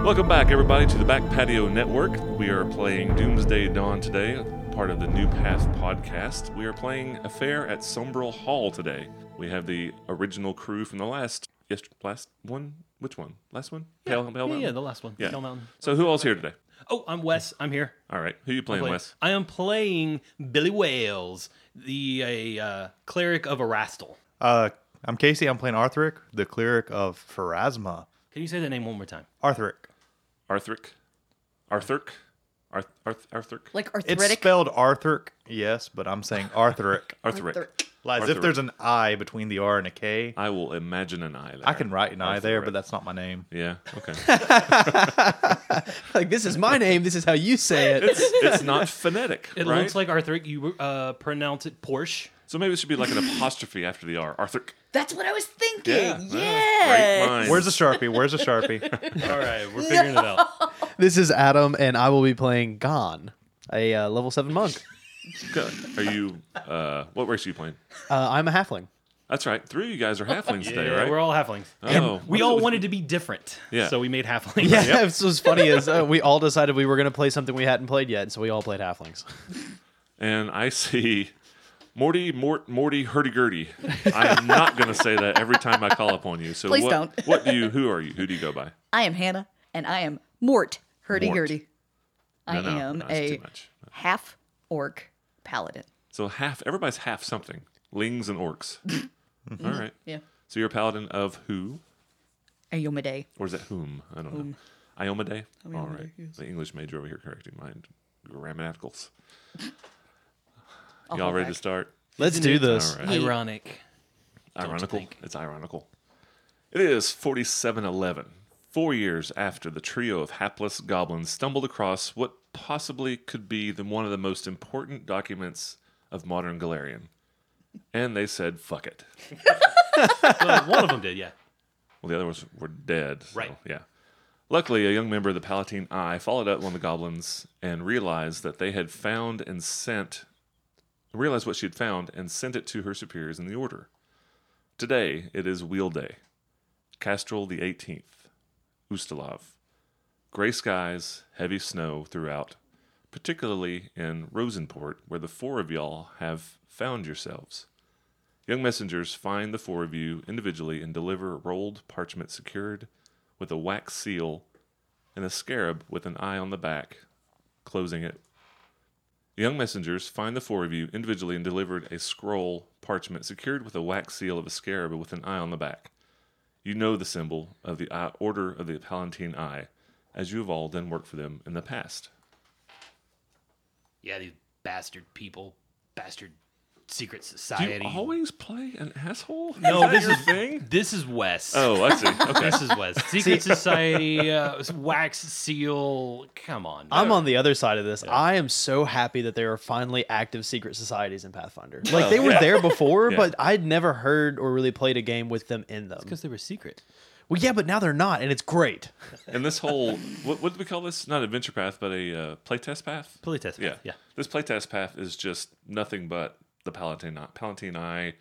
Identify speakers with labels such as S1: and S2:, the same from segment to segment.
S1: Welcome back, everybody, to the Back Patio Network. We are playing Doomsday Dawn today, part of the New Path podcast. We are playing a fair at Sombril Hall today. We have the original crew from the last, yes, last one. Which one? Last one? Pale, Pale
S2: Yeah,
S1: Mountain?
S2: yeah, the last one.
S1: Yeah.
S2: Hill Mountain.
S1: So who all's here today?
S2: Oh, I'm Wes. I'm here.
S1: All right, who you playing,
S2: Play-
S1: Wes?
S2: I am playing Billy Wales, the uh, uh, cleric of Arastal.
S3: Uh, I'm Casey. I'm playing Arthuric, the cleric of Pharasma.
S2: Can you say that name one more time?
S3: Arthuric.
S1: Arthuric? Arthuric? Arth- Arth- Arthuric?
S4: Like
S3: It's
S4: arthritic.
S3: spelled Arthuric, yes, but I'm saying Arthuric.
S1: Arthuric.
S3: Like, As
S1: Arthuric.
S3: if there's an I between the R and a K. I
S1: I will imagine an eye there.
S3: can write an I there,
S1: Arthuric.
S3: but that's not my name.
S1: Yeah, okay.
S5: like this is my name. This is how you say it.
S1: it's, it's not phonetic,
S2: It
S1: right?
S2: looks like Arthuric. You uh, pronounce it Porsche.
S1: so maybe it should be like an apostrophe after the R. Arthuric.
S4: That's what I was thinking. Yeah.
S1: Great minds.
S3: Where's the Sharpie? Where's the Sharpie?
S2: All right, we're figuring it out.
S5: this is Adam, and I will be playing Gon, a uh, level seven monk.
S1: Okay. Are you? Uh, what race are you playing?
S5: Uh, I'm a halfling. That's
S1: That's right. Three of you guys are halflings today,
S2: Yeah,
S1: right?
S2: We're all halflings.
S1: Oh.
S2: We all wanted to be different.
S1: Yeah.
S2: So we made halflings.
S5: Yeah, this was funny is uh, we all decided we were going to play something we hadn't played yet, so we all played halflings.
S1: And I see Morty, Mort, Morty, hurdy gurdy. I am not going to say that every time I call upon you. So
S4: Please
S1: what,
S4: don't.
S1: what do you? Who are you? Who do you go by?
S4: I am Hannah, and I am Mort Hurdy Gurdy. I
S1: No, no,
S4: am
S1: no, that's
S4: a
S1: too much.
S4: half orc paladin.
S1: So half. Everybody's half something. Lings and orcs. all right.
S4: Yeah.
S1: So you're a paladin of who?
S4: Ayomade.
S1: Or is that whom? I don't know. Iomade? All right. The English major over here correcting my grammaticals.
S4: I'll
S1: Y'all
S4: hold
S1: ready to
S4: back.
S1: start?
S5: Let's do this.
S1: All right.
S2: Ironic.
S1: ironical.
S2: think.
S1: It's ironical. It is 4711, four years after the trio of hapless goblins stumbled across what possibly could be the, one of the most important documents of modern Galarian. And they said, fuck it.
S2: Well, one of them did, yeah.
S1: Well, the other ones were dead. so,
S2: Right.
S1: Yeah. Luckily, a young member of the Palatine Eye followed up on the goblins and realized that they had found and sent, realized what she had found and sent it to her superiors in the order. Today, it is Wheel Day. Castrol the 18th. Ustalav. Gray skies, heavy snow throughout, particularly in Rosenport, where the four of y'all have found yourselves. Young messengers find the four of you individually and deliver rolled parchment secured with a wax seal and a scarab with an eye on the back, closing it. Young messengers find the four of you individually and delivered a scroll parchment secured with a wax seal of a scarab with an eye on the back. You know the symbol of the eye, Order of the Palatine Eye, as you have all done work for them in the past.
S2: Yeah, these bastard people, bastard secret
S1: Do
S2: society.
S1: you always play an asshole?
S2: No,
S1: that
S2: this
S1: your
S2: is-
S1: thing.
S2: This is Wes.
S1: Oh, I see. Okay.
S2: This is Wes. Secret Society, uh, wax seal. Come on.
S5: I'm on the other side of this. I am so happy that there are finally active secret societies in Pathfinder. Like they were
S1: Oh, yeah.
S5: there before,
S1: Yeah.
S5: but I'd never heard or really played a game with them in them.
S2: because they were secret.
S5: Well, yeah, but now they're not, and it's great.
S1: And this whole what what do we call this? Not adventure path, but a uh, playtest path.
S2: Playtest.
S1: Yeah,
S2: Yeah.
S1: This playtest path is just nothing but the Palatine Palatine Eye,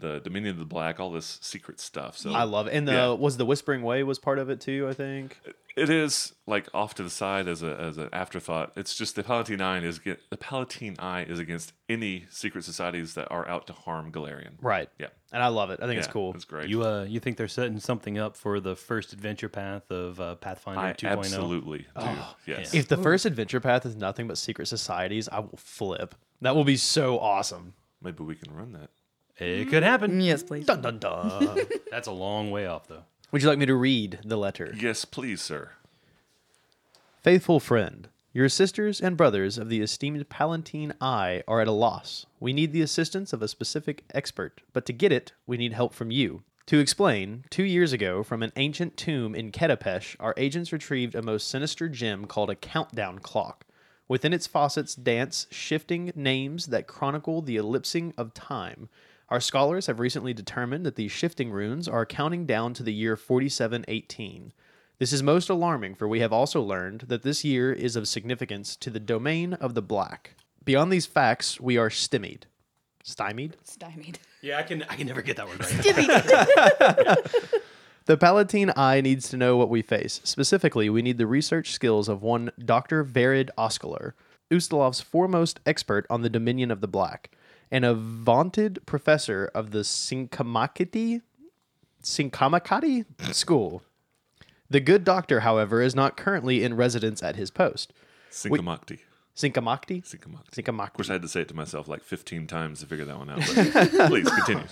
S1: the Dominion of the Black, all this secret stuff. So
S5: I love it. And the
S1: Yeah. Uh,
S5: was the Whispering Way was part of it too, I think.
S1: it is like off to the side as a as an afterthought. It's just the Palatine Eye is ge- the Palatine Eye is against any secret societies that are out to harm Galarian.
S5: Right.
S1: Yeah.
S5: And I love it. I think it's
S1: Yeah,
S5: cool.
S1: It's great.
S2: You uh, you think they're setting something up for the first adventure path of uh, Pathfinder
S1: I
S2: 2.0?
S1: absolutely do. yes.
S5: oh. If the first adventure path is nothing but secret societies, I will flip. That will be so awesome.
S1: Maybe we can run that.
S2: It could happen.
S4: Yes, please.
S5: Dun dun dun.
S1: Mm.
S2: That's a long way off, though.
S5: Would you like me to read the letter?
S1: Yes, please, sir.
S5: Faithful friend, your sisters and brothers of the esteemed Palatine Eye are at a loss. We need the assistance of a specific expert, but to get it, we need help from you. To explain, two years ago, from an ancient tomb in Ketapesh, our agents retrieved a most sinister gem called a countdown clock. Within its faucets dance shifting names that chronicle the ellipsing of time. Our scholars have recently determined that these shifting runes are counting down to the year 4718. This is most alarming, for we have also learned that this year is of significance to the domain of the black. Beyond these facts, we are stymied. Stymied?
S4: Stymied.
S2: Yeah, I can I can never get that word right.
S5: The Palatine Eye needs to know what we face. Specifically, we need the research skills of one Dr. Verid Oskalar, Ustalov's foremost expert on the Dominion of the Black, and a vaunted professor of the Sinkamakati Sinkamakati School. The good doctor, however, is not currently in residence at his post.
S1: Sinkamakti.
S5: Sinkamakti?
S1: Sinkamakti.
S5: Sinkamakti.
S1: Of course, I had to say it to myself like 15 times to figure that one out. But please continue.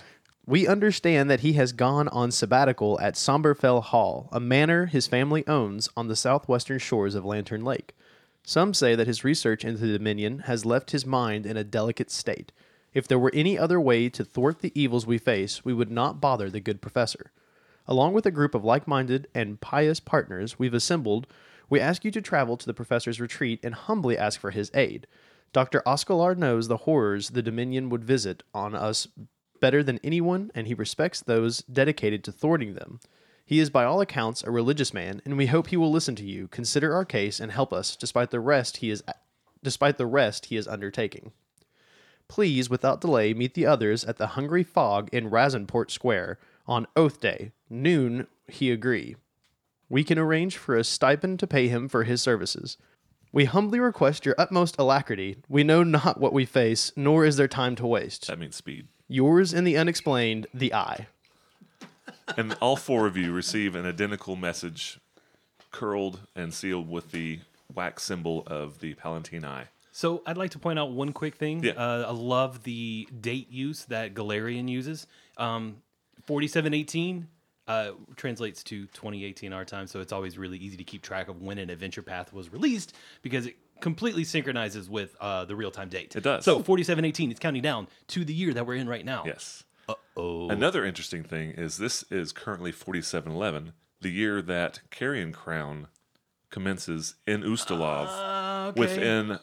S5: We understand that he has gone on sabbatical at Somberfell Hall, a manor his family owns on the southwestern shores of Lantern Lake. Some say that his research into the Dominion has left his mind in a delicate state. If there were any other way to thwart the evils we face, we would not bother the good professor. Along with a group of like minded and pious partners we've assembled, we ask you to travel to the professor's retreat and humbly ask for his aid. Dr. Oscalar knows the horrors the Dominion would visit on us better than anyone, and he respects those dedicated to thwarting them. He is, by all accounts, a religious man, and we hope he will listen to you, consider our case, and help us, despite the rest he is, despite the rest he is undertaking. Please, without delay, meet the others at the Hungry Fog in Rasenport Square on Oath Day, noon. He agree. We can arrange for a stipend to pay him for his services. We humbly request your utmost alacrity. We know not what we face, nor is there time to waste.
S1: That means speed.
S5: Yours in the unexplained, the eye.
S1: And all four of you receive an identical message, curled and sealed with the wax symbol of the Palatine Eye.
S2: So I'd like to point out one quick thing.
S1: Yeah.
S2: Uh, I love the date use that Galarian uses. Um, 4718 uh, translates to 2018 our time, so it's always really easy to keep track of when an adventure path was released because it completely synchronizes with uh, the real time date.
S1: It does.
S2: So 4718 is counting down to the year that we're in right now.
S1: Yes. Uh-oh. Another interesting thing is this is currently 4711, the year that Carrion Crown commences in Ustalov
S2: Okay.
S1: within,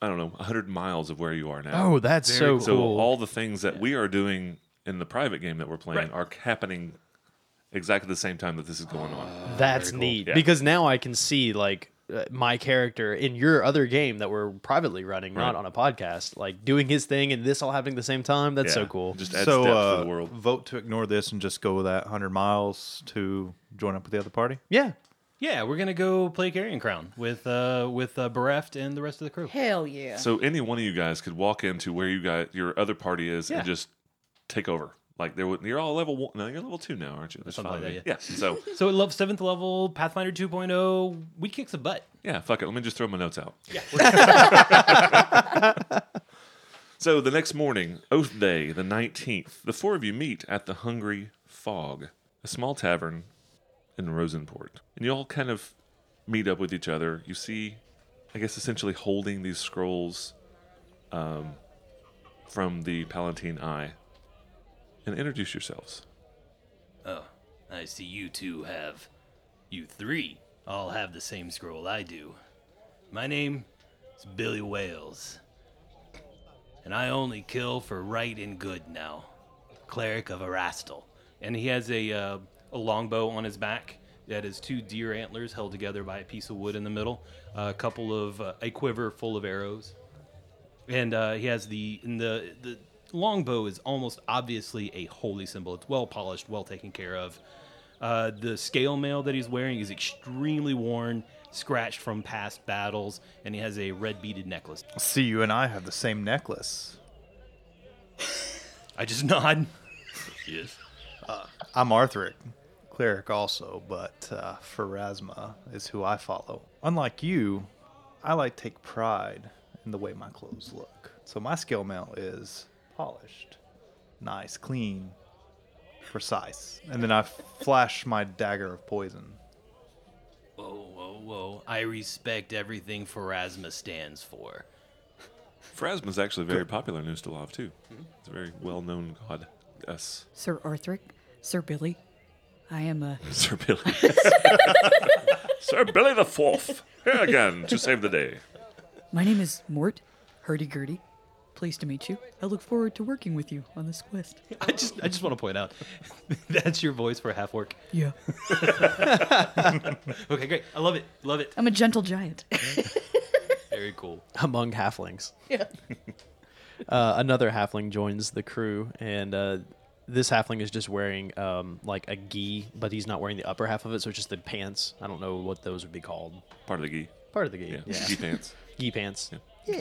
S1: I don't know, 100 miles of where you are now.
S5: Oh, that's so
S1: so
S5: cool.
S1: all the things that we are doing in the private game that we're playing are happening exactly the same time that this is going on.
S5: that's neat. Because now I can see like uh, my character in your other game that we're privately running,
S1: Right.
S5: not on a podcast, like doing his thing and this all happening at the same time. That's so
S1: Yeah.
S5: cool.
S1: Just adds
S3: So,
S1: depth
S3: uh,
S1: to the world.
S3: vote to ignore this and just go that 100 miles to join up with the other party.
S5: yeah.
S2: Yeah, we're gonna go play Carrion Crown with uh, with uh, Bereft and the rest of the crew.
S4: Hell yeah.
S1: So any one of you guys could walk into where you got your other party is
S2: Yeah.
S1: and just take over. Like they would, you're all level one. No, you're level two now, aren't you? There's
S2: Something
S1: five
S2: like
S1: of
S2: that,
S1: you. Yeah. So
S2: So it loves seventh level Pathfinder 2.0. We kick some butt.
S1: yeah, fuck it. Let me just throw my notes out. Yeah. so the next morning, Oath Day, the nineteenth, the four of you meet at the Hungry Fog, a small tavern in Rosenport, and you all kind of meet up with each other. You see, I guess, essentially holding these scrolls um, from the Palatine Eye, and introduce yourselves.
S2: I see you two have. You three all have the same scroll I do. My name is Billy Wales. And I only kill for right and good now. Cleric of Arastal. And he has a, uh, a longbow on his back that is two deer antlers held together by a piece of wood in the middle, a couple of, uh, a quiver full of arrows. and uh, he has the and the the longbow is almost obviously a holy symbol. It's well polished, well taken care of. Uh, the scale mail that he's wearing is extremely worn, scratched from past battles, and he has a red beaded necklace.
S3: See, you and I have the same necklace.
S2: I just nod. yes.
S3: I'm Arthuric, cleric also, but uh, Pharasma is who I follow. Unlike you, I like take pride in the way my clothes look. So my scale mail is polished, nice, clean, precise. And then I flash my dagger of poison.
S2: Whoa, whoa, whoa! I respect everything Pharasma stands for.
S1: Phrasma's actually very popular in Ustalav too. It's a very well-known god. Yes,
S4: Sir Arthur, Sir Billy, I am uh, a.
S1: Sir Billy. Sir Billy the Fourth, here again to save the day.
S4: My name is Mort Hurdy-gurdy. Pleased to meet you. I look forward to working with you on this quest.
S2: I just, I just want to point out, that's your voice for half orc.
S4: Yeah.
S2: Okay, great. I love it. Love it.
S4: I'm a gentle giant.
S2: Very cool.
S5: among halflings. Yeah. uh, another halfling joins the crew, and uh, this halfling is just wearing um, like a gi, but he's not wearing the upper half of it, so it's just the pants. I don't know what those would be called.
S1: Part of the gi.
S5: Part of the gi,
S1: Yeah.
S5: yeah,
S1: Gi pants.
S5: gi pants. Yeah.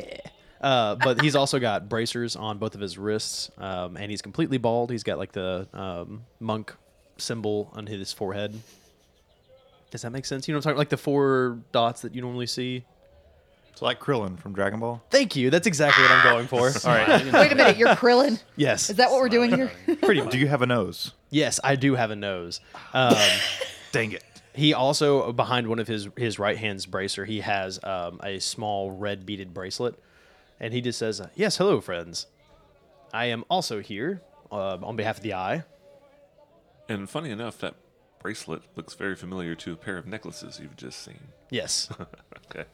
S5: Uh, but he's also got bracers on both of his wrists, um, and he's completely bald. He's got like the um, monk symbol on his forehead. Does that make sense? You know what I'm talking like the four dots that you normally see.
S6: It's like Krillin from Dragon Ball.
S5: Thank you. That's exactly what I'm going for. All right.
S7: Wait a minute, you're Krillin.
S5: Yes.
S7: Is that what we're doing here?
S5: pretty much?
S6: Do you have a nose?
S5: Yes, I do have a nose. Um,
S6: Dang it.
S5: he also behind one of his his right hand's bracer, he has um, a small red beaded bracelet, and he just says, "Yes, hello, friends. I am also here uh, on behalf of the Eye.
S1: And funny enough, that bracelet looks very familiar to a pair of necklaces you've just seen.
S5: Yes,
S1: Okay.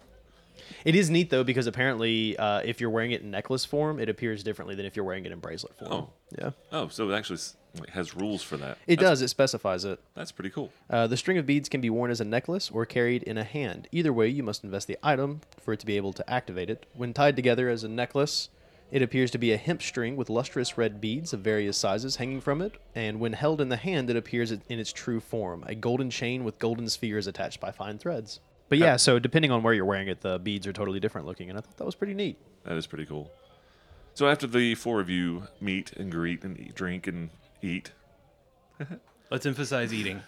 S5: it is neat though because apparently, uh, if you're wearing it in necklace form, it appears differently than if you're wearing it in bracelet form.
S1: Oh.
S5: Yeah,
S1: Oh, so it actually s- like, has rules for that.
S5: it
S1: That's-
S5: does. It specifies it.
S1: That's pretty cool.
S5: Uh, the string of beads can be worn as a necklace or carried in a hand. Either way, you must invest the item for it to be able to activate it. When tied together as a necklace, it appears to be a hemp string with lustrous red beads of various sizes hanging from it, and when held in the hand, it appears in its true form a golden chain with golden spheres attached by fine threads. But yeah, so depending on where you're wearing it, the beads are totally different looking, and I thought that was pretty neat.
S1: That is pretty cool. So after the four of you meet and greet and eat, drink and eat,
S8: Let's emphasize eating.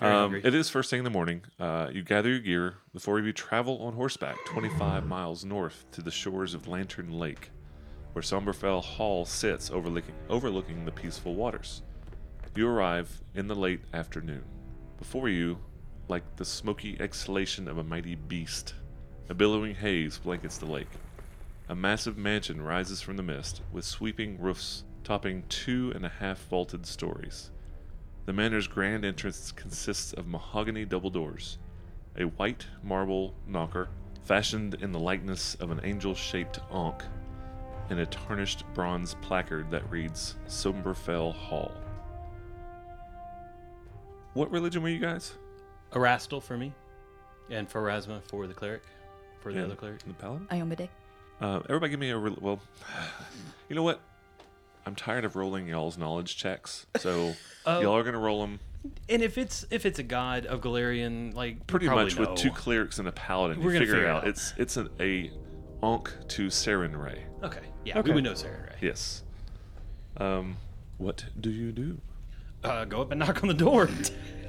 S1: um, it is first thing in the morning. Uh, you gather your gear. The four of you travel on horseback 25 miles north to the shores of Lantern Lake, where Somberfell Hall sits overlooking, overlooking the peaceful waters. You arrive in the late afternoon. Before you, like the smoky exhalation of a mighty beast, a billowing haze blankets the lake. A massive mansion rises from the mist, with sweeping roofs topping two and a half vaulted stories. The manor's grand entrance consists of mahogany double doors, a white marble knocker fashioned in the likeness of an angel shaped ankh, and a tarnished bronze placard that reads Somberfell Hall. What religion were you guys?
S8: Erastel for me, and Pharasma for the cleric, for the other cleric.
S1: The paladin?
S7: Iomade.
S1: Uh, everybody give me a rel well. You know what? I'm tired of rolling y'all's knowledge checks, so
S8: Oh.
S1: y'all are gonna roll them
S8: And if it's if it's a god of Galarian, like
S1: pretty
S8: probably
S1: much
S8: no.
S1: with two clerics and a paladin.
S8: We're
S1: you
S8: gonna
S1: figure,
S8: figure
S1: it
S8: it
S1: out.
S8: out.
S1: It's it's an, a onk to Saren Ray.
S8: Okay, yeah, we would know Saren, right?
S1: Yes. Um, what do you do?
S8: Uh, go up and knock on the door.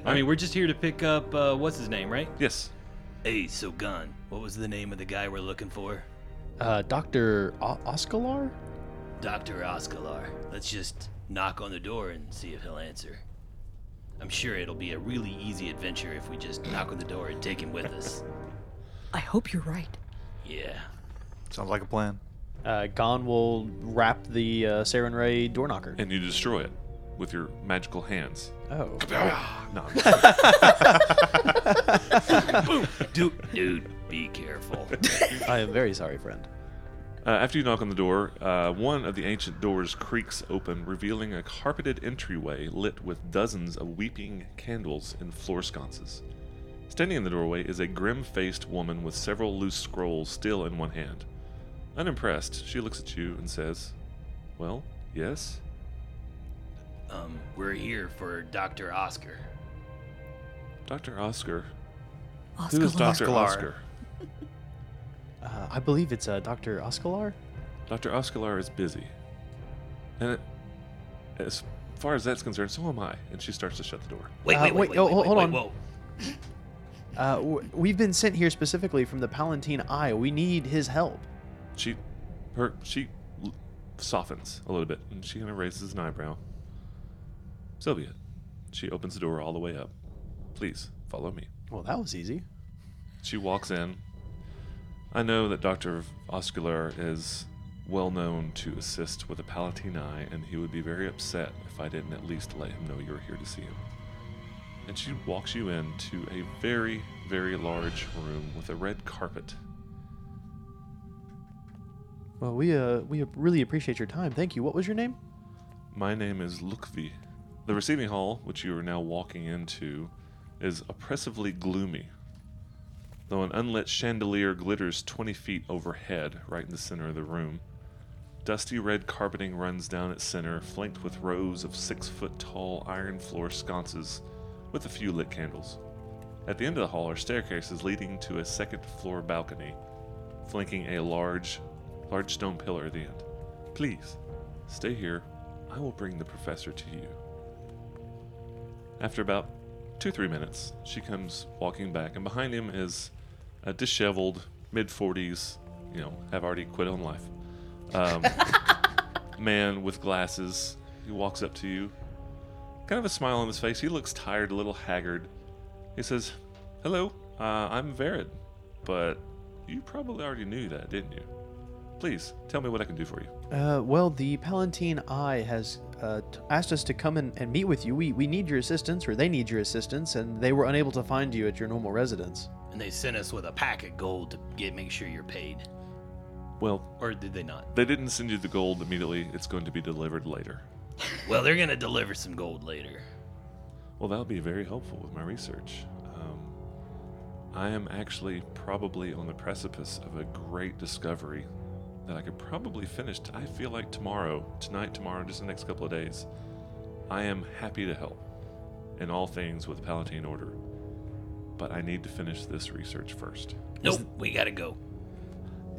S8: I mean, we're just here to pick up uh, what's his name, right?
S1: Yes.
S8: Hey, so Gun, what was the name of the guy we're looking for?
S5: Uh, Dr. O- Oscalar?
S8: Dr. Oskalar. Let's just knock on the door and see if he'll answer. I'm sure it'll be a really easy adventure if we just knock on the door and take him with us.
S4: I hope you're right.
S8: Yeah.
S6: Sounds like a plan.
S5: Uh, Gon will wrap the uh, Saren Ray door knocker.
S1: And you destroy it with your magical hands.
S5: Oh.
S1: No.
S8: Dude, dude, be careful.
S5: I am very sorry, friend.
S1: Uh, after you knock on the door, uh, one of the ancient doors creaks open, revealing a carpeted entryway lit with dozens of weeping candles in floor sconces. Standing in the doorway is a grim faced woman with several loose scrolls still in one hand. Unimpressed, she looks at you and says, Well, yes?
S8: Um, we're here for Dr. Oscar.
S1: Dr. Oscar.
S4: Oscar
S1: Who is Dr.
S6: Oscalar.
S1: Oscar?
S5: Uh, I believe it's uh, Dr. Oscalar.
S1: Dr. Oscalar is busy. And it, as far as that's concerned, so am I. And she starts to shut the door.
S5: Uh, wait, oh, hold- hold on.
S8: whoa.
S5: Uh, w- we've been sent here specifically from the Palatine Eye. We need his help.
S1: She, her, she l- softens a little bit, and she kind of raises an eyebrow. Sylvia, she opens the door all the way up. Please follow me.
S5: Well, that was easy.
S1: She walks in. I know that Doctor Oscular is well known to assist with the Palatine Eye, and he would be very upset if I didn't at least let him know you were here to see him. And she walks you into a very, very large room with a red carpet.
S5: Well, we uh, we really appreciate your time. Thank you. What was your name?
S1: My name is Lukvi. The receiving hall, which you are now walking into, is oppressively gloomy. Though an unlit chandelier glitters 20 feet overhead, right in the center of the room, Dusty red carpeting runs down its center, flanked with rows of six foot tall iron floor sconces with a few lit candles. At the end of the hall are staircases leading to a second floor balcony, flanking a large, large stone pillar at the end. Please, stay here. I will bring the professor to you. After about two, three minutes, she comes walking back, and behind him is a disheveled, mid 40s, you know, have already quit on life um, man with glasses. He walks up to you, kind of a smile on his face. He looks tired, a little haggard. He says, "Hello, uh, I'm Varid, but you probably already knew that, didn't you? Please tell me what I can do for you."
S5: Uh, well, the Palatine Eye has uh, t- asked us to come and, and meet with you. We, we need your assistance, or they need your assistance, and they were unable to find you at your normal residence.
S8: And they sent us with a pack of gold to get make sure you're paid.
S1: Well,
S8: Or did they not?
S1: they didn't send you the gold immediately. It's going to be delivered later.
S8: Well, they're gonna deliver some gold later.
S1: Well, that'll be very helpful with my research. Um, I am actually probably on the precipice of a great discovery that I could probably finish. t- I feel like tomorrow, tonight, tomorrow, just the next couple of days, I am happy to help in all things with Palatine Order. But I need to finish this research first.
S8: Nope, we gotta go.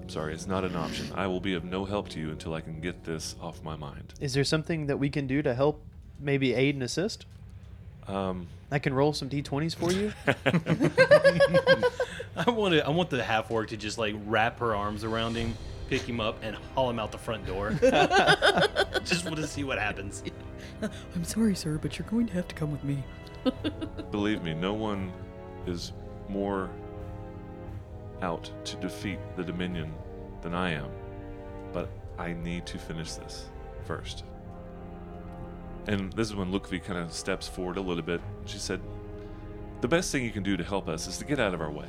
S1: I'm sorry, it's not an option. I will be of no help to you until I can get this off my mind.
S5: Is there something that we can do to help, maybe aid and assist?
S1: Um,
S5: I can roll some d20s for you.
S2: I want to. I want the half orc to just like wrap her arms around him, pick him up, and haul him out the front door. just want to see what happens.
S4: I'm sorry, sir, but you're going to have to come with me.
S1: Believe me, no one is more out to defeat the Dominion than I am. But I need to finish this first. And this is when Lukvi kind of steps forward a little bit. She said, The best thing you can do to help us is to get out of our way.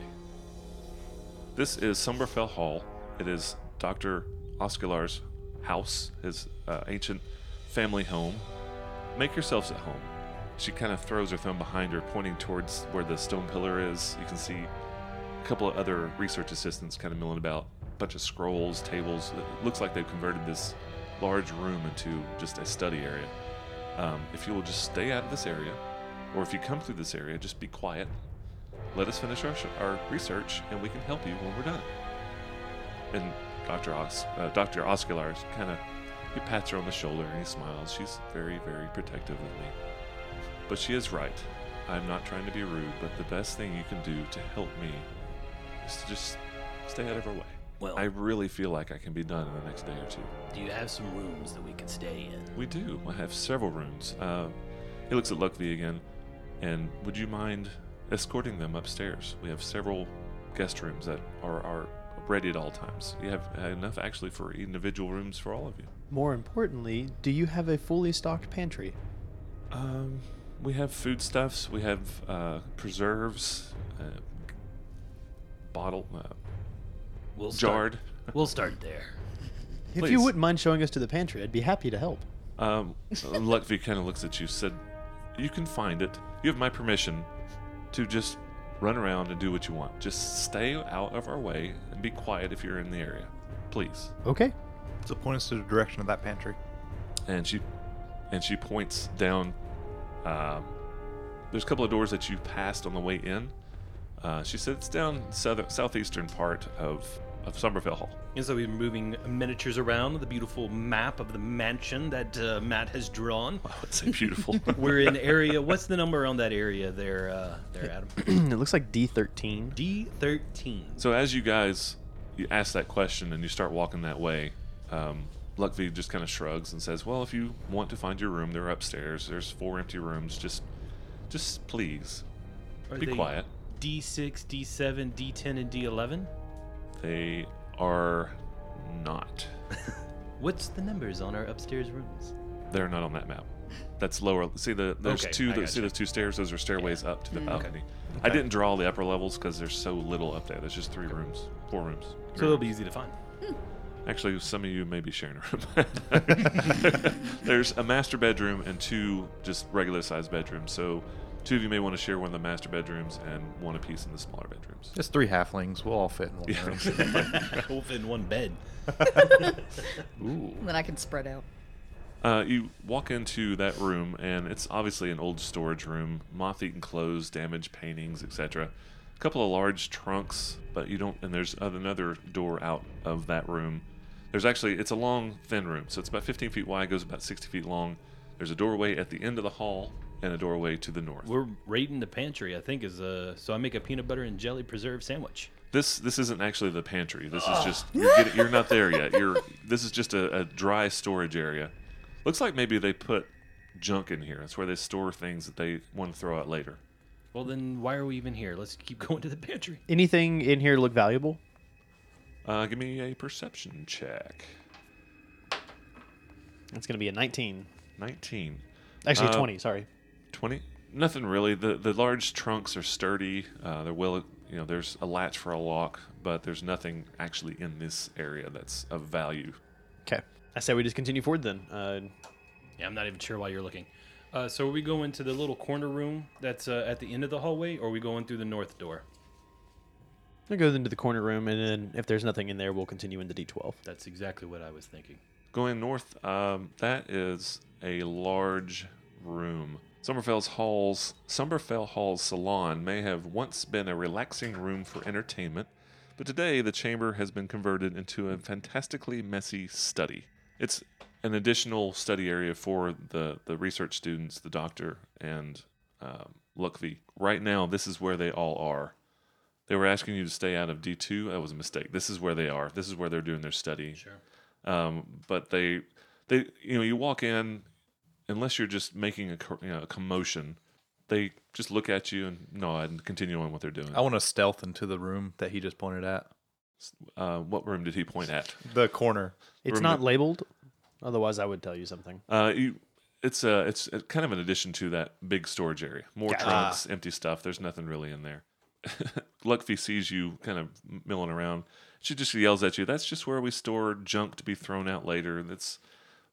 S1: This is Somberfell Hall. It is Dr. Oscular's house, his uh, ancient family home. Make yourselves at home. She kind of throws her thumb behind her, pointing towards where the stone pillar is. You can see a couple of other research assistants kind of milling about, a bunch of scrolls, tables. It looks like they've converted this large room into just a study area. Um, if you will just stay out of this area, or if you come through this area, just be quiet. Let us finish our, sh- our research, and we can help you when we're done. And Dr. Os- uh, Dr. Oscular kind of he pats her on the shoulder and he smiles. She's very, very protective of me. But she is right. I'm not trying to be rude, but the best thing you can do to help me is to just stay out of her way.
S8: Well-
S2: Oh.
S1: I really feel like I can be done in the next day or two.
S8: Do you have some rooms that we can stay in?
S1: We do. I have several rooms. Uh, he looks at Luckvy again, and would you mind escorting them upstairs? We have several guest rooms that are, are ready at all times. You have enough actually for individual rooms for all of you.
S5: More importantly, do you have a fully stocked pantry?
S1: Um, we have foodstuffs. We have uh, preserves, uh, bottle, uh,
S8: We'll start,
S1: jarred.
S8: We'll start there.
S5: If
S1: Please.
S5: you wouldn't mind showing us to the pantry, I'd be happy to help.
S1: Um, Luckvy kind of looks at you. Said, "You can find it. You have my permission to just run around and do what you want. Just stay out of our way and be quiet if you're in the area, please."
S5: Okay.
S6: So point us to the direction of that pantry.
S1: and she and she points down um, there's a couple of doors that you passed on the way in uh, she said it's down south- southeastern part of of Somerville Hall
S2: And so we're moving miniatures around the beautiful map of the mansion that uh, Matt has drawn.
S1: oh it's so beautiful
S2: We're in area. What's the number on that area there, uh, there, Adam?
S5: it looks like D13.
S2: D thirteen.
S1: so as you guys you ask that question and you start walking that way um, Luckvy just kind of shrugs and says well if you want to find your room they're upstairs there's four empty rooms just just please be quiet
S2: D six, D seven, D ten, and D eleven.
S1: they are not
S2: What's the numbers on our upstairs rooms?
S1: They're not on that map. That's lower. See the those
S2: Okay,
S1: two.
S2: I
S1: Those,
S2: gotcha. Mm,
S1: See those two stairs. Those are stairways up to the balcony. I didn't draw all the upper levels because there's so little up there. There's just three rooms, four rooms.
S2: So it'll be easy to find.
S1: Actually, some of you may be sharing a room. there's a master bedroom and two just regular sized bedrooms. So Two of you may want to share one of the master bedrooms and one apiece in the smaller bedrooms.
S3: Just three halflings. We'll all fit in one room.
S2: Both in one bed.
S7: Then I can spread out.
S1: Uh, you walk into that room, and it's obviously an old storage room, moth-eaten clothes, damaged paintings, etc. A couple of large trunks, but you don't. And there's another door out of that room. There's actually it's a long, thin room, so it's about 15 feet wide, goes about 60 feet long. There's a doorway at the end of the hall, and a doorway to the north.
S2: We're raiding the pantry, I think, is uh so I make a peanut butter and jelly preserve sandwich.
S1: This this isn't actually the pantry. This is just you're, getting, you're not there yet. You're this is just a, a dry storage area. Looks like maybe they put junk in here. That's where they store things that they want to throw out later.
S2: Well then why are we even here? Let's keep going to the pantry.
S5: Anything in here look valuable?
S1: Uh, give me a perception check.
S5: It's going to be a 19.
S1: 19.
S5: Actually,
S1: Uh,
S5: 20, sorry.
S1: 20? Nothing really. The the large trunks are sturdy. Uh, they're well, you know, there's a latch for a lock, but there's nothing actually in this area that's of value.
S5: Okay. I say we just continue forward then. Uh,
S2: Yeah, I'm not even sure why you're looking. Uh, so are we going to the little corner room that's uh, at the end of the hallway, or are we going through the north door?
S5: I'll go into the corner room, and then if there's nothing in there, we'll continue into D12.
S2: That's exactly what I was thinking.
S1: Going north, um, that is a large room. Sommerfell's Hall's Sommerfell Hall's salon may have once been a relaxing room for entertainment, but today the chamber has been converted into a fantastically messy study. It's an additional study area for the, the research students, the doctor, and um, Luckvy. Right now, this is where they all are. They were asking you to stay out of D2. That was a mistake. This is where they are. This is where they're doing their study um, but they they you know you walk in unless you're just making a co- you know, a commotion they just look at you and nod and continue on what they're doing
S3: I want to stealth into the room that he just pointed at.
S1: uh, what room did he point at
S3: The corner.
S5: It's
S1: Room
S5: not
S1: that-
S5: labeled. Otherwise, I would tell you something.
S1: uh, you, it's a it's a, kind of an addition to that big storage area more trunks empty stuff there's nothing really in there Luckfee sees you kind of milling around she just yells at you that's just where we store junk to be thrown out later that's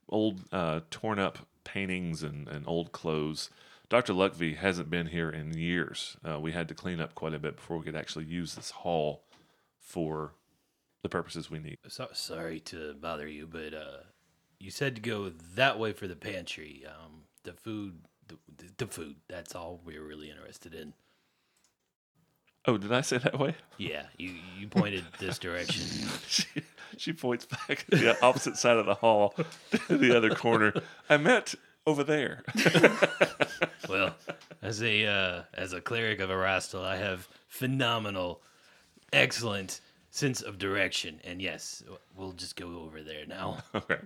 S1: old uh, torn up paintings and, and old clothes. Dr. Luckvey hasn't been here in years. Uh, we had to clean up quite a bit before we could actually use this hall for the purposes we need.
S8: So, sorry to bother you, but uh, you said to go that way for the pantry. Um, the food, the, the food. That's all we're really interested in.
S1: Oh, did I say that way?
S8: Yeah, you you pointed this direction.
S1: she, she points back to the opposite side of the hall to the other corner. I meant over there.
S8: Well, as a uh, as a cleric of Arastal, I have phenomenal, excellent sense of direction, and yes, we'll just go over there now.
S1: okay.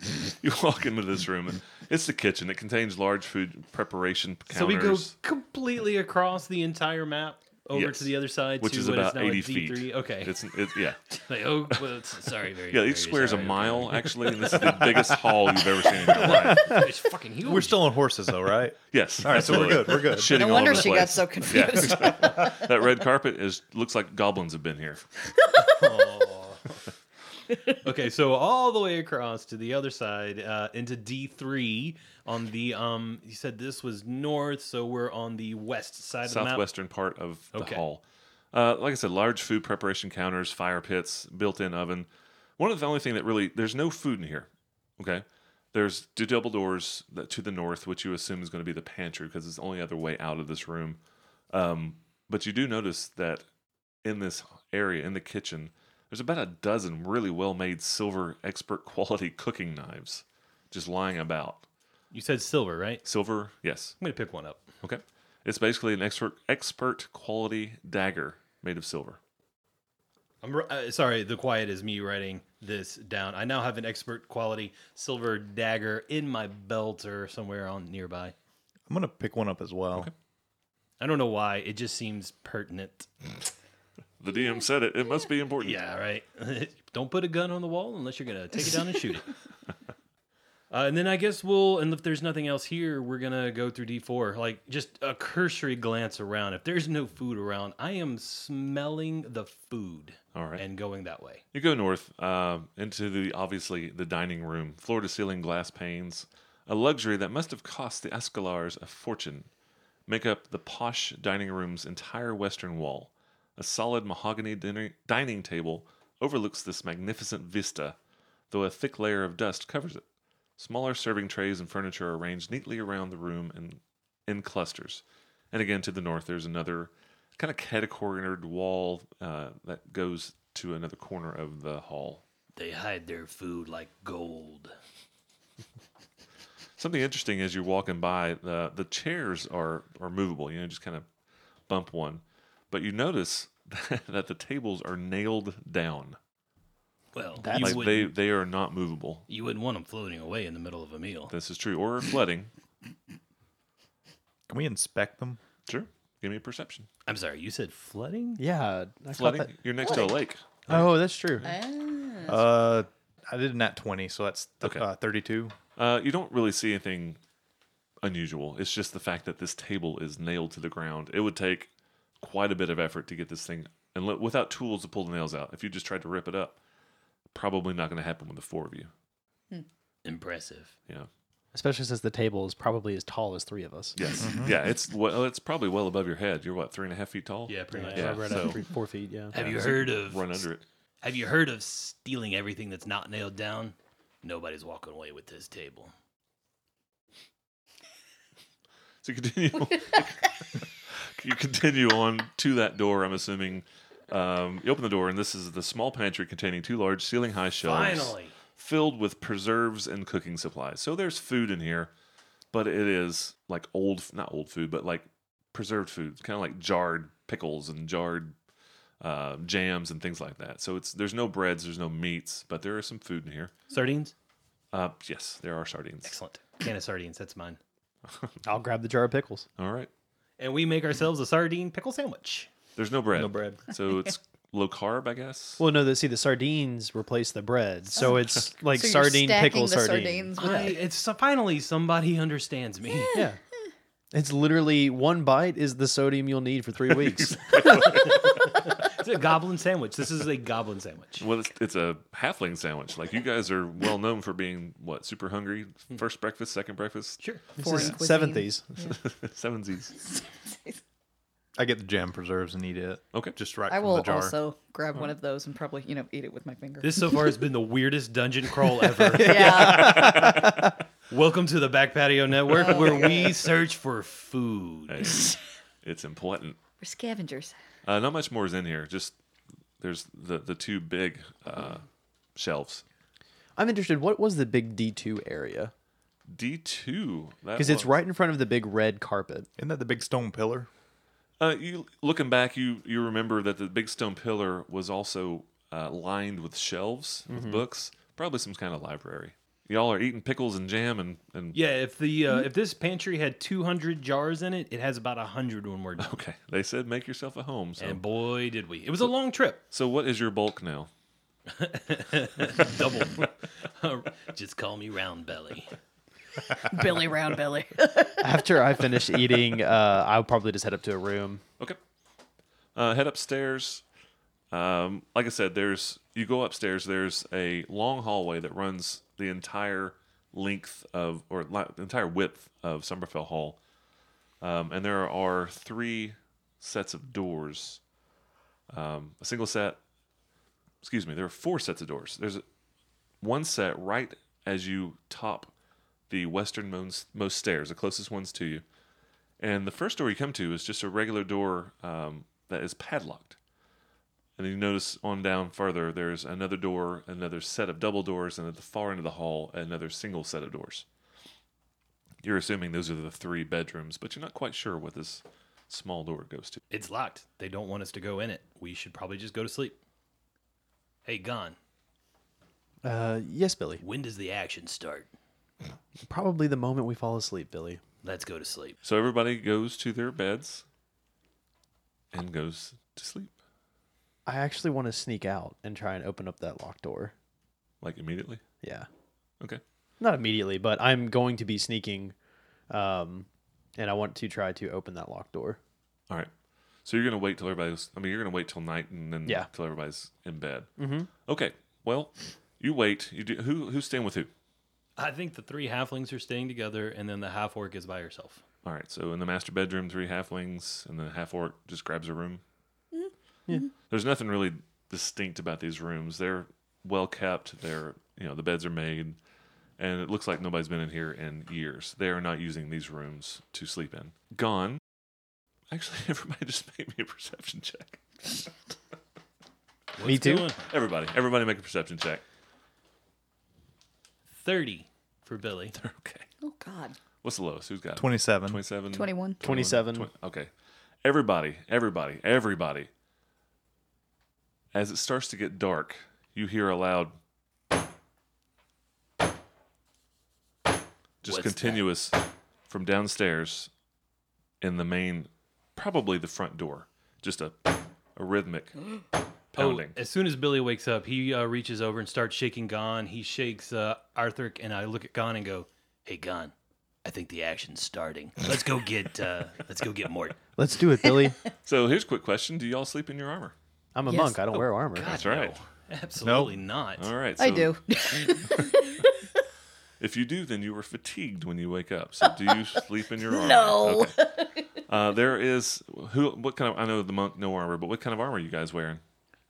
S1: You walk into this room. It's the kitchen. It contains large food preparation counters.
S2: So we go completely across the entire map over
S1: Yes.
S2: to the other side,
S1: which
S2: to
S1: is
S2: what
S1: about
S2: now a
S1: 80
S2: D3.
S1: feet.
S2: Okay,
S1: It's, it, yeah.
S8: Like, oh, well, it's- sorry, very.
S1: Yeah,
S8: very
S1: each square is a
S8: sorry.
S1: mile actually, and this is the biggest hall you've ever seen in your life.
S8: It's fucking huge.
S6: We're still on horses, though, right?
S1: Yes.
S6: All right, so we're good. We're good.
S1: Shitting
S7: No
S1: all
S7: wonder
S1: over the
S7: she got
S1: place.
S7: so confused.
S1: that red carpet is looks like goblins have been here.
S2: okay, so all the way across to the other side uh, into D3 on the um. You said this was north, so we're on the west side of the map.
S1: Southwestern part of the
S2: Okay.
S1: hall. Uh, like I said, large food preparation counters, fire pits, built-in oven. One of the only thing that really there's no food in here. Okay, there's two double doors that, to the north, which you assume is going to be the pantry because it's the only other way out of this room. Um, but you do notice that in this area, in the kitchen, there's about a dozen really well-made silver expert quality cooking knives just lying about.
S2: You said silver, right?
S1: Silver, yes.
S2: I'm gonna pick one up.
S1: Okay. It's basically an expert expert quality dagger made of silver.
S2: I'm ri- uh, sorry. The quiet is me writing this down. I now have an expert quality silver dagger in my belt or somewhere on nearby.
S6: I'm gonna pick one up as well.
S2: I don't know why. It just seems pertinent.
S1: The DM said it. It must be important.
S2: Yeah, right. Don't put a gun on the wall unless you're gonna take it down and shoot it. Uh, and then I guess we'll, and if there's nothing else here, we're gonna go through D4. Like just a cursory glance around. If there's no food around, I am smelling the food.
S1: All right.
S2: and going that way.
S1: You go north uh, into the obviously the dining room, floor to ceiling glass panes, a luxury that must have cost the Escalars a fortune. make up the posh dining room's entire western wall. A solid mahogany dinner, dining table overlooks this magnificent vista, though a thick layer of dust covers it. Smaller serving trays and furniture are arranged neatly around the room and in clusters. And again, to the north, there's another kind of catacornered wall uh, that goes to another corner of the hall.
S8: They hide their food like gold.
S1: Something interesting as you're walking by, the the chairs are are movable. You know, just kind of bump one, but you notice that the tables are nailed down.
S8: Well,
S5: That's-
S8: you,
S1: like they
S8: wouldn't,
S1: they are not movable.
S8: you wouldn't want them floating away in the middle of a meal.
S1: This is true. Or flooding.
S3: Can we inspect them?
S1: Sure. Give me a perception.
S8: I'm sorry, you said flooding?
S5: Yeah. I caught
S1: Flooding.
S5: that.
S1: You're next to a lake.
S5: Oh, that's true.
S3: Uh, I did not twenty, so that's th-
S1: Okay.
S3: uh, thirty-two.
S1: Uh, you don't really see anything unusual. It's just the fact that this table is nailed to the ground. It would take quite a bit of effort to get this thing, and li- without tools to pull the nails out. If you just tried to rip it up, probably not going to happen with the four of you.
S8: Impressive.
S1: Yeah.
S5: Especially since the table is probably as tall as three of us.
S1: Yes.
S8: Mm-hmm.
S1: Yeah. It's well. It's probably well above your head. You're what three and a half feet tall.
S2: Yeah, pretty much.
S1: Yeah.
S5: Right at
S1: so
S5: three, four feet. Yeah.
S8: Have you heard of
S1: run under it.
S8: Have you heard of stealing everything that's not nailed down? Nobody's walking away with this table.
S1: So you continue. you continue on to that door. I'm assuming. Um, you open the door, and this is the small pantry containing two large ceiling-high shelves
S2: Finally.
S1: filled with preserves and cooking supplies. So there's food in here, but it is like old, not old food, but like preserved food, kind of like jarred pickles and jarred uh, jams and things like that. So it's there's no breads, there's no meats, but there is some food in here.
S2: Sardines?
S1: Uh, yes, there are sardines.
S2: Excellent. Can of sardines, that's mine.
S5: I'll grab the jar of pickles.
S1: All right.
S2: And we make ourselves a sardine pickle sandwich.
S1: There's no bread.
S6: No bread.
S1: So it's low carb, I guess.
S5: Well, no, the, see, the sardines replace the bread. So it's like
S7: So you're
S5: sardine
S7: stacking
S5: pickle
S7: the
S5: sardine.
S7: sardines. with
S2: I, it's so- finally somebody understands me.
S5: Yeah. It's literally one bite is the sodium you'll need for three weeks.
S2: It's a goblin sandwich. This is a goblin sandwich.
S1: well, it's, it's a halfling sandwich. Like you guys are well known for being what super hungry. First breakfast, second breakfast,
S2: Sure.
S7: foreign cuisine.
S5: Seventies.
S1: seven Z's.
S3: I get the jam preserves and eat it.
S1: Okay.
S3: just right.
S7: I
S3: from
S7: will
S3: the jar.
S7: also grab one of those and probably, you know, eat it with my finger.
S2: This so far has been the weirdest dungeon crawl ever.
S7: yeah.
S2: Welcome to the Back Patio Network, where we search for food.
S1: Hey, it's important.
S7: We're scavengers.
S1: Uh, not much more is in here. Just there's the the two big uh, shelves.
S5: I'm interested. What was the big D two area?
S1: D two
S5: Because it's right in front of the big red carpet.
S3: Isn't that the big stone pillar?
S1: Uh, you looking back, you you remember that the big stone pillar was also uh, lined with shelves
S5: Mm-hmm.
S1: with books, probably some kind of library. Y'all are eating pickles and jam and and
S2: Yeah, if the uh, if this pantry had 200 jars in it, it has about 100 when we're done.
S1: okay. They said make yourself a home. So
S2: And boy, did we. It was a long trip.
S1: so what is your bulk now?
S8: Double.
S2: Uh,
S8: Just call me round belly.
S7: Billy round belly.
S5: After I finish eating, uh, I'll probably just head up to a room.
S1: Okay. Uh, head upstairs. Um, like I said, there's you go upstairs. There's a long hallway that runs the entire length of or li- the entire width of Somerville Hall, um, and there are three sets of doors. Um, a single set. Excuse me. There are four sets of doors. There's one set right as you top the westernmost most stairs, the closest ones to you. And the first door you come to is just a regular door um, that is padlocked. And then you notice on down further, there's another door, another set of double doors, and at the far end of the hall, another single set of doors. You're assuming those are the three bedrooms, but you're not quite sure what this small door goes to.
S2: It's locked. They don't want us to go in it. We should probably just go to sleep.
S8: Hey, gone.
S5: Uh, yes, Billy.
S8: When does the action start?
S5: Probably the moment we fall asleep, Billy.
S8: Let's go to sleep.
S1: So everybody goes to their beds and goes to sleep,
S5: I actually want to sneak out and try and open up that locked door.
S1: like immediately.
S5: Yeah.
S1: Okay.
S5: Not immediately, but I'm going to be sneaking, um, and I want to try to open that locked door.
S1: All right. So you're gonna wait till everybody's. I mean, you're gonna wait till night and then
S5: Yeah.
S1: till everybody's in bed. Mm-hmm. Okay. Well, you wait. You do. Who who's staying with who?
S2: I think the three halflings are staying together, and then the half orc is by herself.
S1: All right, so in the master bedroom, three halflings, and the half orc just grabs a room. Yeah. There's nothing really distinct about these rooms. They're well kept. They're you know the beds are made, and it looks like nobody's been in here in years. They are not using these rooms to sleep in. Gone. Actually, everybody just make me a perception check.
S5: Me too.
S2: Going
S1: Everybody, everybody make a perception check.
S2: Thirty for Billy.
S1: Okay.
S7: Oh God.
S1: What's the lowest? Who's got it?
S3: 27.
S1: 27?
S7: 21.
S5: 27.
S1: okay. Everybody, everybody, everybody. As it starts to get dark, you hear a loud. Just
S8: What's that?
S1: continuous from downstairs in the main, probably the front door. Just a, a rhythmic pounding.
S2: Oh, as soon as Billy wakes up, he uh, reaches over and starts shaking Gon. He shakes uh, Arthur, and I look at Gon and go,
S8: Hey, Gon, I think the action's starting. Let's go get uh, let's go get Mort.
S5: Let's do it, Billy.
S1: So here's a quick question Do y'all sleep in your armor?
S5: I'm a
S7: Yes.
S5: monk. I don't wear armor.
S1: That's right.
S2: Absolutely not.
S1: All right.
S7: I
S1: so-
S7: do.
S1: If you do, then you were fatigued when you wake up. So do you sleep in your armor?
S7: No.
S1: Okay. Uh, there is who? What kind of? I know the monk no armor, but what kind of armor are you guys wearing?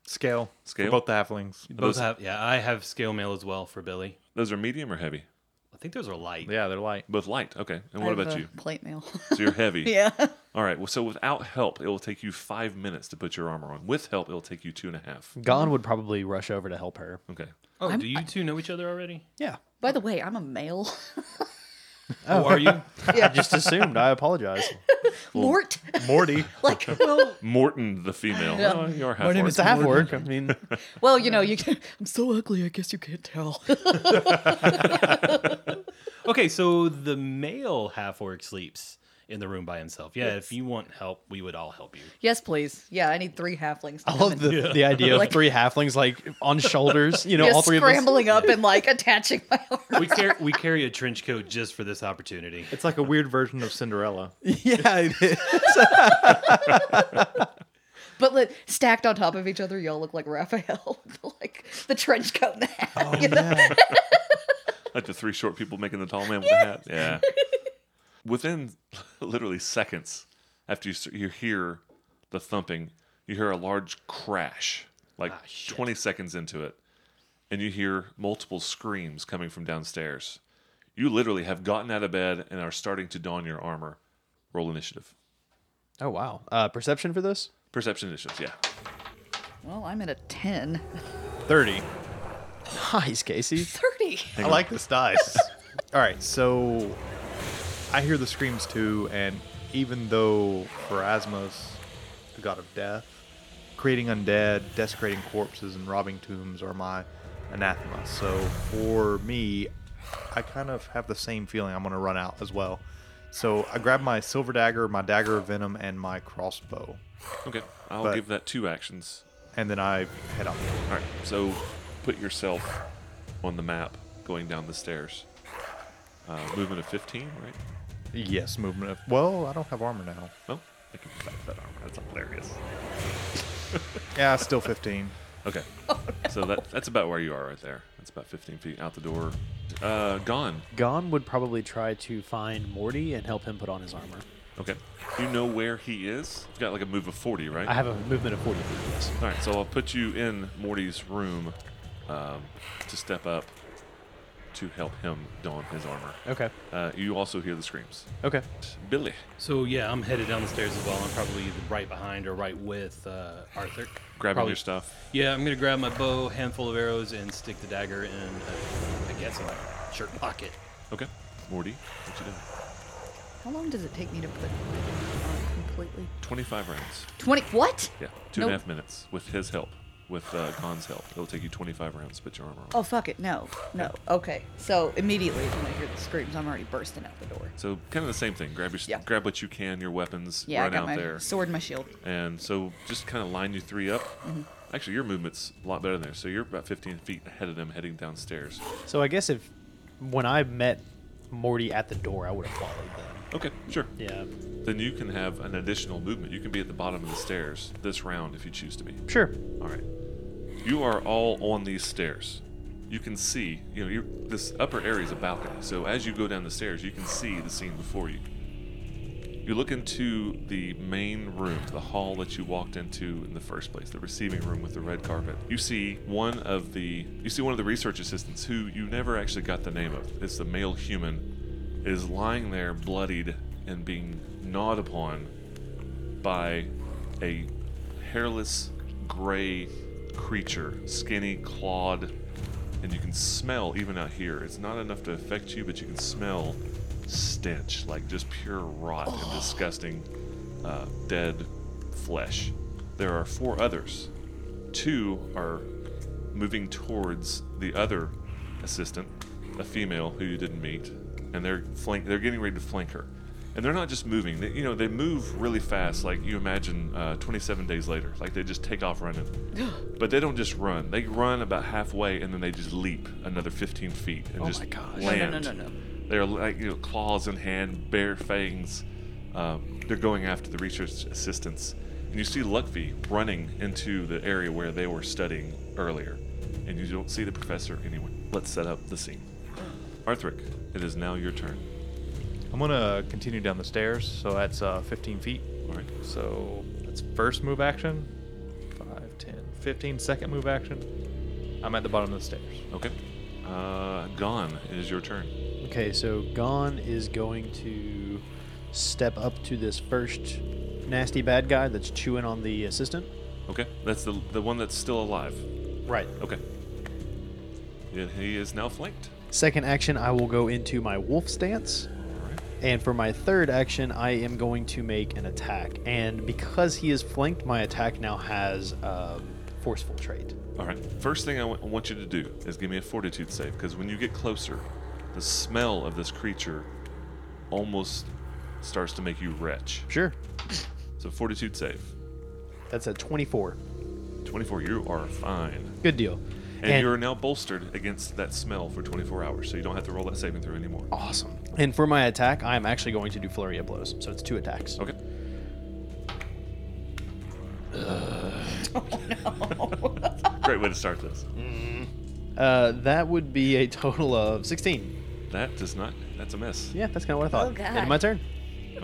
S3: Scale.
S1: Scale?
S3: For both the halflings.
S2: Both
S1: those-
S2: have, yeah, I have scale mail as well for Billy.
S1: Those are medium or heavy?
S2: I think those are light.
S3: Yeah, they're light.
S1: Both light. Okay. And what
S7: I have
S1: about
S7: a
S1: you?
S7: Plate mail.
S1: So you're heavy.
S7: yeah.
S1: All right. Well, so without help, it will take you five minutes to put your armor on. With help, it will take you two and a half.
S5: Gon would probably rush over to help her.
S1: Okay.
S2: Oh, do you two know each other already?
S5: Yeah.
S7: By the way, I'm a male.
S2: Oh, are you?
S5: I just assumed. I apologize.
S7: Mort.
S3: Morty.
S7: like, well,
S1: Morton, the female. Oh, you are half
S4: name
S1: orc.
S4: is-
S5: It's a half work. I mean,
S7: well, you know, you can.
S4: I'm so ugly, I guess you can't tell.
S2: Okay, so the male half orc sleeps in the room by himself. Yeah, if you want help, we would all help you.
S7: Yes, please. Yeah, I need three halflings. To
S5: I
S7: come
S5: love
S7: and-
S5: the, the idea of
S7: Like-
S5: three halflings like on shoulders. You know,
S7: Yeah,
S5: all three of us.
S7: scrambling up and like attaching my arm.
S2: We, car- we carry a trench coat just for this opportunity.
S3: It's like a weird version of Cinderella.
S5: Yeah. it is.
S7: But like, stacked on top of each other, y'all look like Raphael, like the trench coat and the hat. you know?
S1: Like the three short people making the tall man with the hat. Yeah. Within literally seconds after you, s- you hear the thumping, you hear a large crash, like 20 seconds into it, and you hear multiple screams coming from downstairs. You literally have gotten out of bed and are starting to don your armor. Roll initiative.
S5: Oh, wow. Uh, perception for this?
S1: Perception initiative, yeah.
S7: Well, I'm at a 10.
S3: 30.
S5: Nice, Casey.
S7: 30.
S3: I like this dice. All right, so I hear the screams too, and even though Pharasma's the god of death, creating undead, desecrating corpses, and robbing tombs are my anathema. So for me, I kind of have the same feeling. I'm going to run out as well. So I grab my silver dagger, my dagger of venom, and my crossbow,
S1: Okay, I'll
S3: But-
S1: give that two actions.
S3: and then I head out.
S1: All right, so put yourself on the map going down the stairs. Uh, movement of 15, right?
S3: Yes, movement. Of, well, I don't have armor now.
S1: Well, I can back that armor. That's hilarious.
S3: Yeah, still 15.
S1: Okay. So that that's about where you are right there. That's about 15 feet out the door. Uh, gone.
S5: Gon would probably try to find Morty and help him put on his armor.
S1: Okay. You know where he is? You've got like a move of 40, right?
S5: I have a movement of 40 feet. Yes.
S1: All right. So I'll put you in Morty's room um, to step up to help him don his armor.
S5: Okay.
S1: Uh, you also hear the screams.
S5: Okay.
S1: Billy.
S2: So yeah, I'm headed down the stairs as well. I'm probably right behind or right with uh, Arthur.
S1: Grabbing
S2: Probably-
S1: your stuff.
S2: Yeah, I'm gonna grab my bow, handful of arrows, and stick the dagger in. Uh, I guess in my shirt pocket.
S1: Okay. Morty, what you doing?
S7: How long does it take me to put on completely?
S1: 25 rounds.
S7: 20. What?
S1: Yeah. Two and a
S7: Nope.
S1: half minutes with his help, with uh, Khan's help. It'll take you 25 rounds to put your armor on.
S7: Oh, fuck it. No. No. Okay. So immediately when I hear the screams, I'm already bursting out the door.
S1: So kind of the same thing. Grab your
S7: Yeah.
S1: grab what you can, your weapons,
S7: Yeah,
S1: run
S7: I got
S1: out
S7: my
S1: there,
S7: sword and my shield.
S1: and so just kind of line you three up.
S7: Mm-hmm.
S1: Actually, your movement's a lot better than theirs. So you're about 15 feet ahead of them, heading downstairs.
S5: So I guess if when I met Morty at the door, I would have followed them.
S1: Okay, sure.
S5: Yeah.
S1: Then you can have an additional movement. You can be at the bottom of the stairs this round if you choose to be.
S5: Sure.
S1: All right. You are all on these stairs. you can see, you know, you're, this upper area is a balcony. So as you go down the stairs, you can see the scene before you. You look into the main room, the hall that you walked into in the first place, the receiving room with the red carpet. You see one of the you see one of the research assistants who you never actually got the name of. It's the male human is lying there bloodied and being gnawed upon by a hairless gray creature, skinny, clawed, and you can smell even out here. It's not enough to affect you, but you can smell stench, like just pure rot and disgusting uh, dead flesh. There are four others. Two are moving towards the other assistant, a female who you didn't meet, and they're flank. They're getting ready to flank her, and they're not just moving. They, you know, they move really fast, like you imagine. Uh, 27 days later, like they just take off running, but they don't just run. They run about halfway, and then they just leap another 15 feet and just land.
S7: Oh No, no, no, no.
S1: They're like you know, claws in hand, bare fangs. Um, they're going after the research assistants, and you see Luckvy running into the area where they were studying earlier, and you don't see the professor anywhere. Let's set up the scene. Arthric, it is now your turn.
S3: I'm gonna continue down the stairs, so that's uh, 15 feet.
S1: All right.
S3: So that's first move action. 5, 10, 15, second move action. I'm at the bottom of the stairs.
S1: Okay. Uh, gone. It is your turn.
S5: Okay, so Gon is going to step up to this first nasty bad guy that's chewing on the assistant.
S1: Okay. That's the the one that's still alive.
S5: Right.
S1: Okay. Yeah, he is now flanked.
S5: Second action, I will go into my wolf stance.
S1: All right.
S5: And for my third action, I am going to make an attack. And because he is flanked, my attack now has um, forceful trait.
S1: All right. First thing I wa- want you to do is give me a fortitude save because when you get closer, the smell of this creature almost starts to make you retch.
S5: Sure.
S1: So fortitude save.
S5: That's a 24.
S1: 24, you are fine.
S5: Good deal.
S1: And, you're now bolstered against that smell for 24 hours, so you don't have to roll that saving throw anymore.
S5: awesome. And for my attack, I'm actually going to do flurry of blows. So it's two attacks.
S1: Okay.
S5: Oh,
S1: Great way to start this.
S5: Uh, that would be a total of 16.
S1: That does not, that's a miss.
S5: Yeah, that's kind of what I thought.
S7: Oh, God.
S5: End of my turn.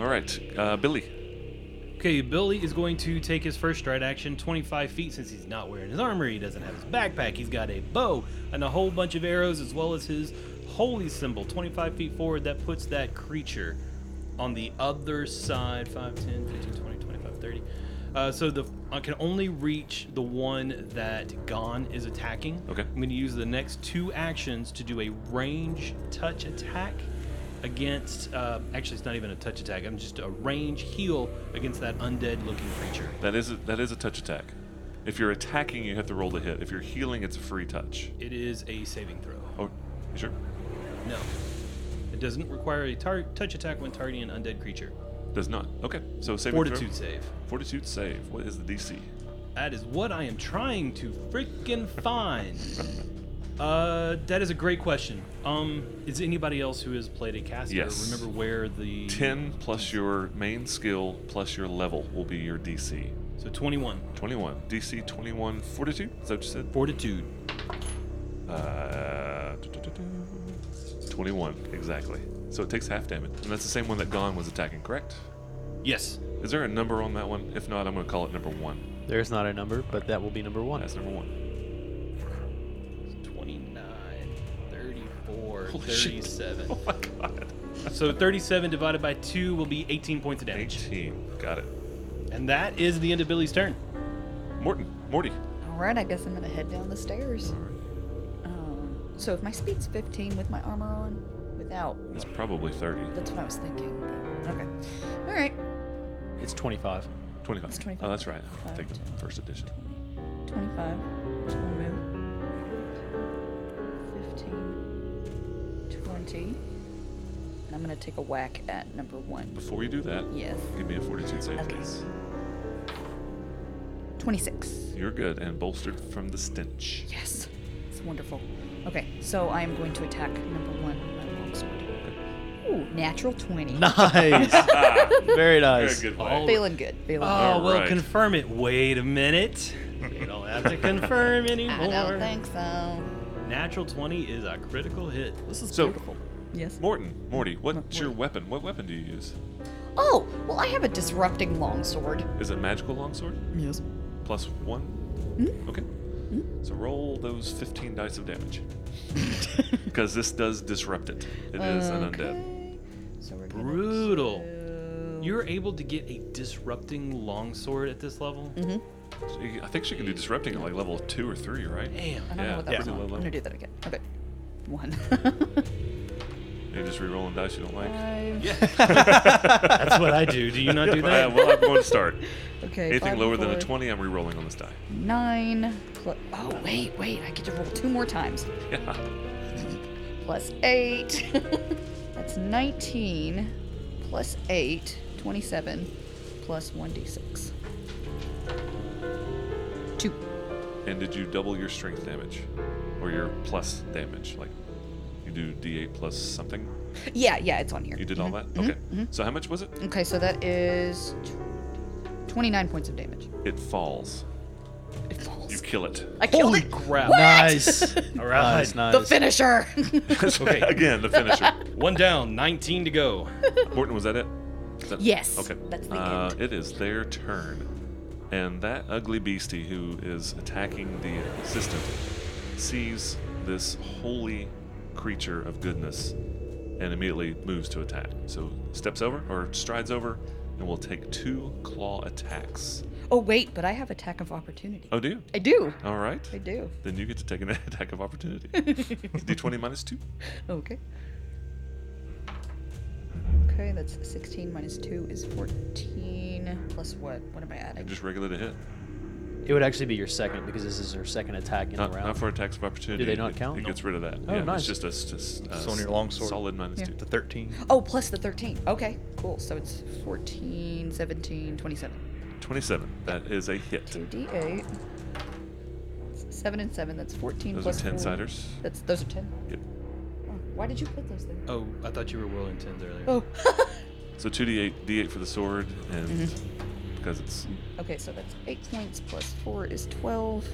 S1: All right, uh, Billy.
S2: Okay, Billy is going to take his first stride action 25 feet since he's not wearing his armor. He doesn't have his backpack. He's got a bow and a whole bunch of arrows as well as his holy symbol 25 feet forward. That puts that creature on the other side 5, 10, 15, 20, 25, 30. Uh, so the I can only reach the one that Gon is attacking.
S1: Okay.
S2: I'm going to use the next two actions to do a range touch attack against. Uh, actually, it's not even a touch attack. I'm just a range heal against that undead looking creature.
S1: That is a, that is a touch attack. If you're attacking, you have to roll to hit. If you're healing, it's a free touch.
S2: It is a saving throw.
S1: Oh, you sure?
S2: No. It doesn't require a tar- touch attack when targeting an undead creature.
S1: Does not. Okay, so saving
S2: Fortitude
S1: throw.
S2: save.
S1: Fortitude save. What is the DC?
S2: That is what I am trying to freaking find. Uh, that is a great question. Um, is anybody else who has played a caster
S1: Yes.
S2: remember where the
S1: 10 plus your main skill plus your level will be your DC.
S2: So twenty-one
S1: 21. DC 21 Fortitude? Is that what you said?
S2: fortitude.
S1: Uh, 21, exactly. So it takes half damage. And that's the same one that Gon was attacking, correct?
S2: Yes.
S1: Is there a number on that one? If not, I'm going to call it number one.
S5: There's not a number, but that will be number one.
S1: That's number one.
S2: 29, 34,
S1: Holy shit.
S2: 37.
S1: Oh my god.
S2: So 37 divided by 2 will be 18 points of damage.
S1: 18. Got it.
S2: And that is the end of Billy's turn.
S1: Morton. Morty.
S7: All right, I guess I'm gonna head down the stairs. Um, so if my speed's 15 with my armor on, without,
S1: That's probably 30.
S7: that's what I was thinking. Okay. All right.
S5: It's 25.
S1: 25.
S7: It's 25.
S1: Oh, that's right. I
S7: Five,
S1: think
S7: ten.
S1: first edition.
S7: 25. Just one move. 15. 20. And I'm gonna take a whack at number one.
S1: Before you do that,
S7: Yes.
S1: give me a fortitude save,
S7: Okay.
S1: please.
S7: 26.
S1: You're good and bolstered from the stench.
S7: Yes. It's wonderful. Okay, so I am going to attack number one with my longsword. Ooh, natural 20.
S5: Nice. Very nice.
S1: Very good
S2: play.
S1: play.
S2: Oh.
S7: Feeling good. Feeling
S2: Oh,
S7: good.
S1: All
S2: well,
S1: right.
S2: confirm it. Wait a minute. You don't have to confirm anymore.
S7: I don't think so.
S2: Natural 20 is a critical hit.
S4: This is
S1: So-
S4: beautiful.
S7: Yes.
S1: Morton, Morty, what's your weapon? What weapon do you use?
S7: Oh, well, I have a disrupting longsword.
S1: Is it magical longsword?
S7: Mm.
S4: Yes.
S1: Plus one? Okay.
S7: Mm.
S1: So roll those 15 dice of damage. Because this does disrupt it. It is an undead.
S7: Okay. So we're gonna
S2: Brutal.
S7: do-
S2: You're able to get a disrupting longsword at this level?
S1: So you- I think she can do disrupting at like level two or three, right?
S2: Damn.
S7: I don't
S1: yeah,
S7: know what that
S1: yeah.
S7: was.
S1: Pretty low
S7: on. I'm
S1: level.
S7: gonna do that again. Okay. One.
S1: You're just re-rolling dice you don't like.
S7: Five.
S2: That's what I do. Do you not do
S1: Uh,
S2: that?
S1: well, I'm going to start.
S7: Okay.
S1: Anything
S7: five
S1: lower than a
S7: before.
S1: 20, I'm re-rolling on this die.
S7: Nine. Plus, oh wait, wait! I get to roll two more times.
S1: Yeah.
S7: Plus eight. That's nineteen. Plus eight. Twenty-seven. Plus one d6. Two.
S1: And did you double your strength damage? Or your plus damage? Like, you do d8 plus something?
S7: Yeah, yeah, it's on here.
S1: You did all that? Okay. So how much was it?
S7: Okay, so that is tw- twenty-nine points of damage.
S1: It falls.
S7: It
S1: You
S7: falls.
S1: kill it.
S7: I killed it.
S2: Crap.
S5: Nice.
S2: All right.
S5: nice, nice.
S7: The finisher.
S1: okay. Again, the finisher.
S2: One down, 19 to go.
S1: Morton, was that it? Is that-
S7: Yes,
S1: Okay.
S7: that's the
S1: uh, It is their turn. And that ugly beastie who is attacking the assistant sees this holy creature of goodness and immediately moves to attack. So steps over or strides over and will take two claw attacks.
S7: oh wait, but I have attack of opportunity.
S1: Oh, do you?
S7: I do.
S1: All right.
S7: I do.
S1: Then you get to take an attack of opportunity. D20 minus two.
S7: Okay. Okay, that's 16 minus 2 is 14. Plus what? What am I
S1: And
S7: adding?
S1: just regulate a hit.
S5: It would actually be your second because this is her second attack in
S1: Not,
S5: the
S1: not
S5: round.
S1: for attacks of opportunity.
S5: Do they not
S1: It-
S5: count?
S1: It
S5: No.
S1: gets rid of that.
S5: Oh,
S1: yeah,
S5: nice.
S1: It's just a, s- s- a
S3: Just on your
S1: s-
S3: longsword.
S1: solid minus
S7: Yeah.
S1: two.
S3: The 13.
S7: Oh, plus the 13. Okay, cool. So it's 14, 17, 27.
S1: 27. That is a hit.
S7: 2d8. It's 7 and 7. That's 14
S1: Those are
S7: plus
S1: 10
S7: four.
S1: siders.
S7: That's, those are 10.
S1: Yep.
S7: Oh, why did you put those there?
S2: Oh, I thought you were rolling 10s earlier.
S7: Oh.
S1: So 2d8, d8 for the sword, and because it's
S7: okay, so that's 8 points plus 4 is 12.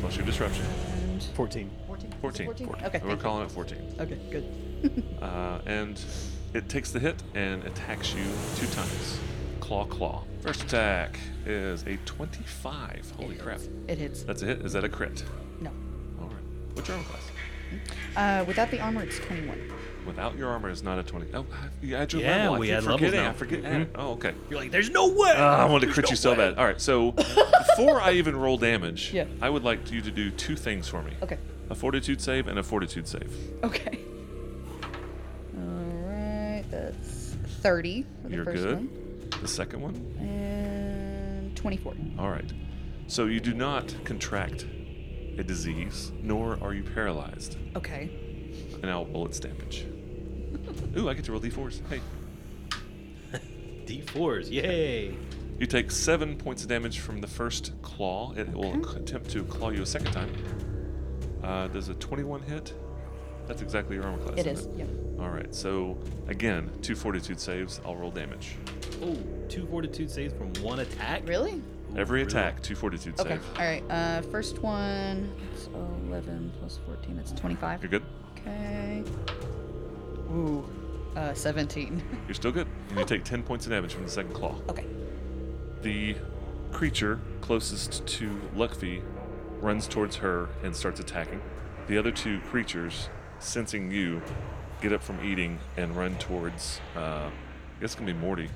S1: plus your disruption.
S7: And
S5: 14.
S7: 14?
S1: 14.
S7: 14?
S1: 14.
S7: Okay.
S1: We're
S7: thank you.
S1: calling it 14.
S7: Okay, good.
S1: Uh, and it takes the hit and attacks you two times. Claw, claw. First attack is a 25. Holy crap. Uh,
S7: It hits.
S1: That's a hit. Is that a crit?
S7: No.
S1: All right. What's your armor class?
S7: Uh, without the armor, it's 21.
S1: Without your armor is not a 20. Oh, you add your
S2: Yeah,
S1: level. I
S2: we
S1: keep
S2: add levels
S1: forgetting.
S2: now. Mm-hmm.
S1: I forget. add- Oh, okay.
S2: You're like, there's no way.
S1: Ah, I wanted to crit you so bad. All right, so before I even roll damage,
S7: Yeah.
S1: I would like you to do two things for me:
S7: Okay.
S1: a fortitude save and a fortitude save.
S7: Okay. Alright, that's 30 for the
S1: You're
S7: first
S1: good.
S7: one.
S1: The second one.
S7: And 24.
S1: All right. So you do not contract a disease, nor are you paralyzed,
S7: Okay.
S1: and I'll roll its damage. Ooh, I get to roll d4s. Hey,
S2: D4s, yay.
S1: you take seven points of damage from the first claw. It will attempt to claw you a second time. Uh, does a 21 hit? That's exactly your armor class.
S7: It
S1: isn't
S7: is. Yep.
S1: All right, so again, two fortitude saves. I'll roll damage.
S2: Oh, two fortitude saves from one attack?
S7: Really?
S2: Ooh,
S1: Every
S2: really?
S1: attack, two fortitude
S7: Okay.
S1: save.
S7: Alright, uh, first one. It's 11 plus 14. It's 25.
S1: You're good.
S7: Okay. Ooh. Uh, 17.
S1: You're still good. And you take ten points of damage from the second claw.
S7: okay.
S1: The creature closest to Luckfee runs towards her and starts attacking. The other two creatures, sensing you, get up from eating and run towards. Uh, I guess it's gonna be Morty.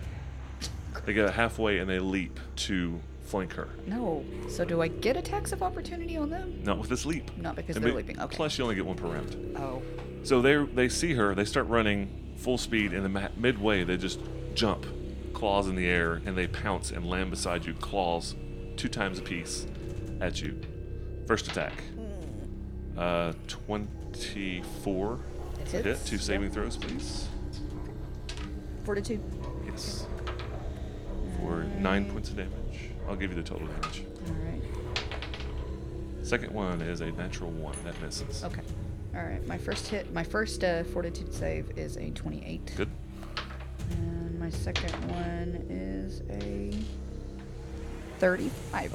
S1: They get halfway and they leap to flank her.
S7: No. So do I get attacks of opportunity on them?
S1: Not with this leap.
S7: Not because
S1: And
S7: they're
S1: be-
S7: leaping. Okay.
S1: Plus, you only get one per round.
S7: Oh.
S1: So they they see her, they start running full speed, and the ma- midway they just jump, claws in the air, and they pounce and land beside you, claws two times apiece at you. First attack, uh, twenty-four.
S7: Hmm. It
S1: to hit.
S7: hits.
S1: Two saving throws, please.
S7: Fortitude.
S1: Yes. For
S7: Hmm.
S1: nine points of damage. I'll give you the total damage.
S7: Alright.
S1: Second one is a natural one that misses.
S7: Okay. All right. My first hit, my first uh, fortitude save is a 28.
S1: Good.
S7: And my second one is a 35.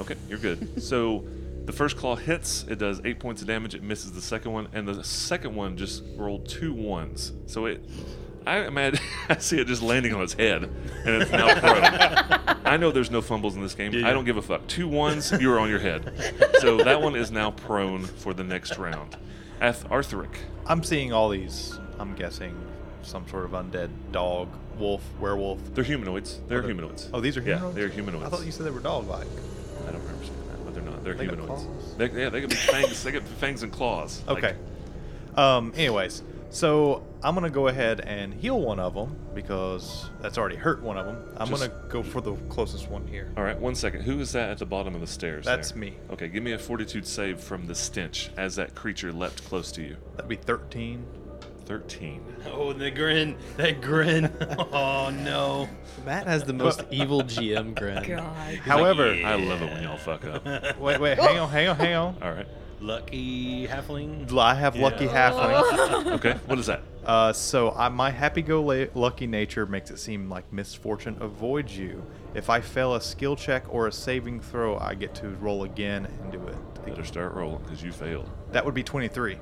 S1: Okay, you're good. so The first claw hits, it does eight points of damage, it misses the second one, and the second one just rolled two ones. So it I imagine I see it just landing on its head and it's now prone. I know there's no fumbles in this game. I don't give a fuck. Two ones, you're on your head. So that one is now prone for the next round. Ath- Arthuric.
S3: I'm seeing all these. I'm guessing some sort of undead dog, wolf, werewolf.
S1: They're humanoids. They're humanoids.
S3: Oh, these are
S1: Yeah,
S3: humanoids.
S1: they're humanoids.
S3: I thought you said they were dog-like.
S1: I don't remember saying that, but they're not. They're
S3: They got
S1: humanoids.
S3: claws.
S1: They, yeah, they got fangs. they got fangs and claws. Like,
S3: Okay. Um. Anyways, so I'm gonna go ahead and heal one of them because that's already hurt one of them. I'm
S1: Just-
S3: gonna go for the closest one here.
S1: all right, one second. Who is that at the bottom of the stairs?
S3: That's
S1: there?
S3: me.
S1: Okay, give me a fortitude save from the stench as that creature leapt close to you.
S3: That'd be 13.
S1: 13.
S8: Oh, the grin. That grin. Oh, no.
S5: Matt has the most evil GM grin.
S4: God.
S3: However,
S1: I love it when y'all fuck up.
S3: wait, wait, hang on, hang on, hang on.
S1: All right.
S8: Lucky halfling.
S3: I have lucky halfling.
S1: Okay, what is that?
S3: Uh, so I, my happy-go-lucky nature makes it seem like misfortune avoids you. If I fail a skill check or a saving throw, I get to roll again and do it.
S1: Better start rolling because you failed.
S3: That would be 23.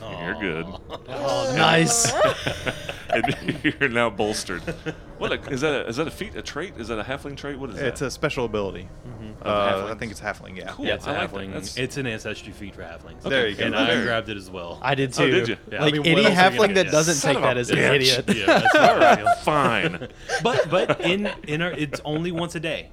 S1: You're good.
S5: Nice.
S1: and you're now bolstered. What a, is that? A, is that a feat? A trait? Is that a halfling trait? What is
S3: It's
S1: that? Mm-hmm.
S3: a special ability.
S1: Of
S3: Uh, I
S1: halflings?
S3: think it's halfling. Yeah.
S1: Cool.
S2: Yeah, it's a
S1: I like that.
S2: halfling.
S1: That's-
S2: It's an ancestry feat for halflings.
S3: There you go.
S2: And
S1: There.
S2: I grabbed it as well.
S5: I did too.
S1: Oh, did you? Yeah.
S5: Like
S2: I mean, what else
S5: any
S2: are you gonna
S5: halfling
S2: do?
S5: that doesn't
S1: Son
S5: take
S1: of a
S5: that as an
S1: bitch.
S5: idiot.
S2: yeah, that's not
S1: All right, fine.
S2: but but in in our it's only once a day.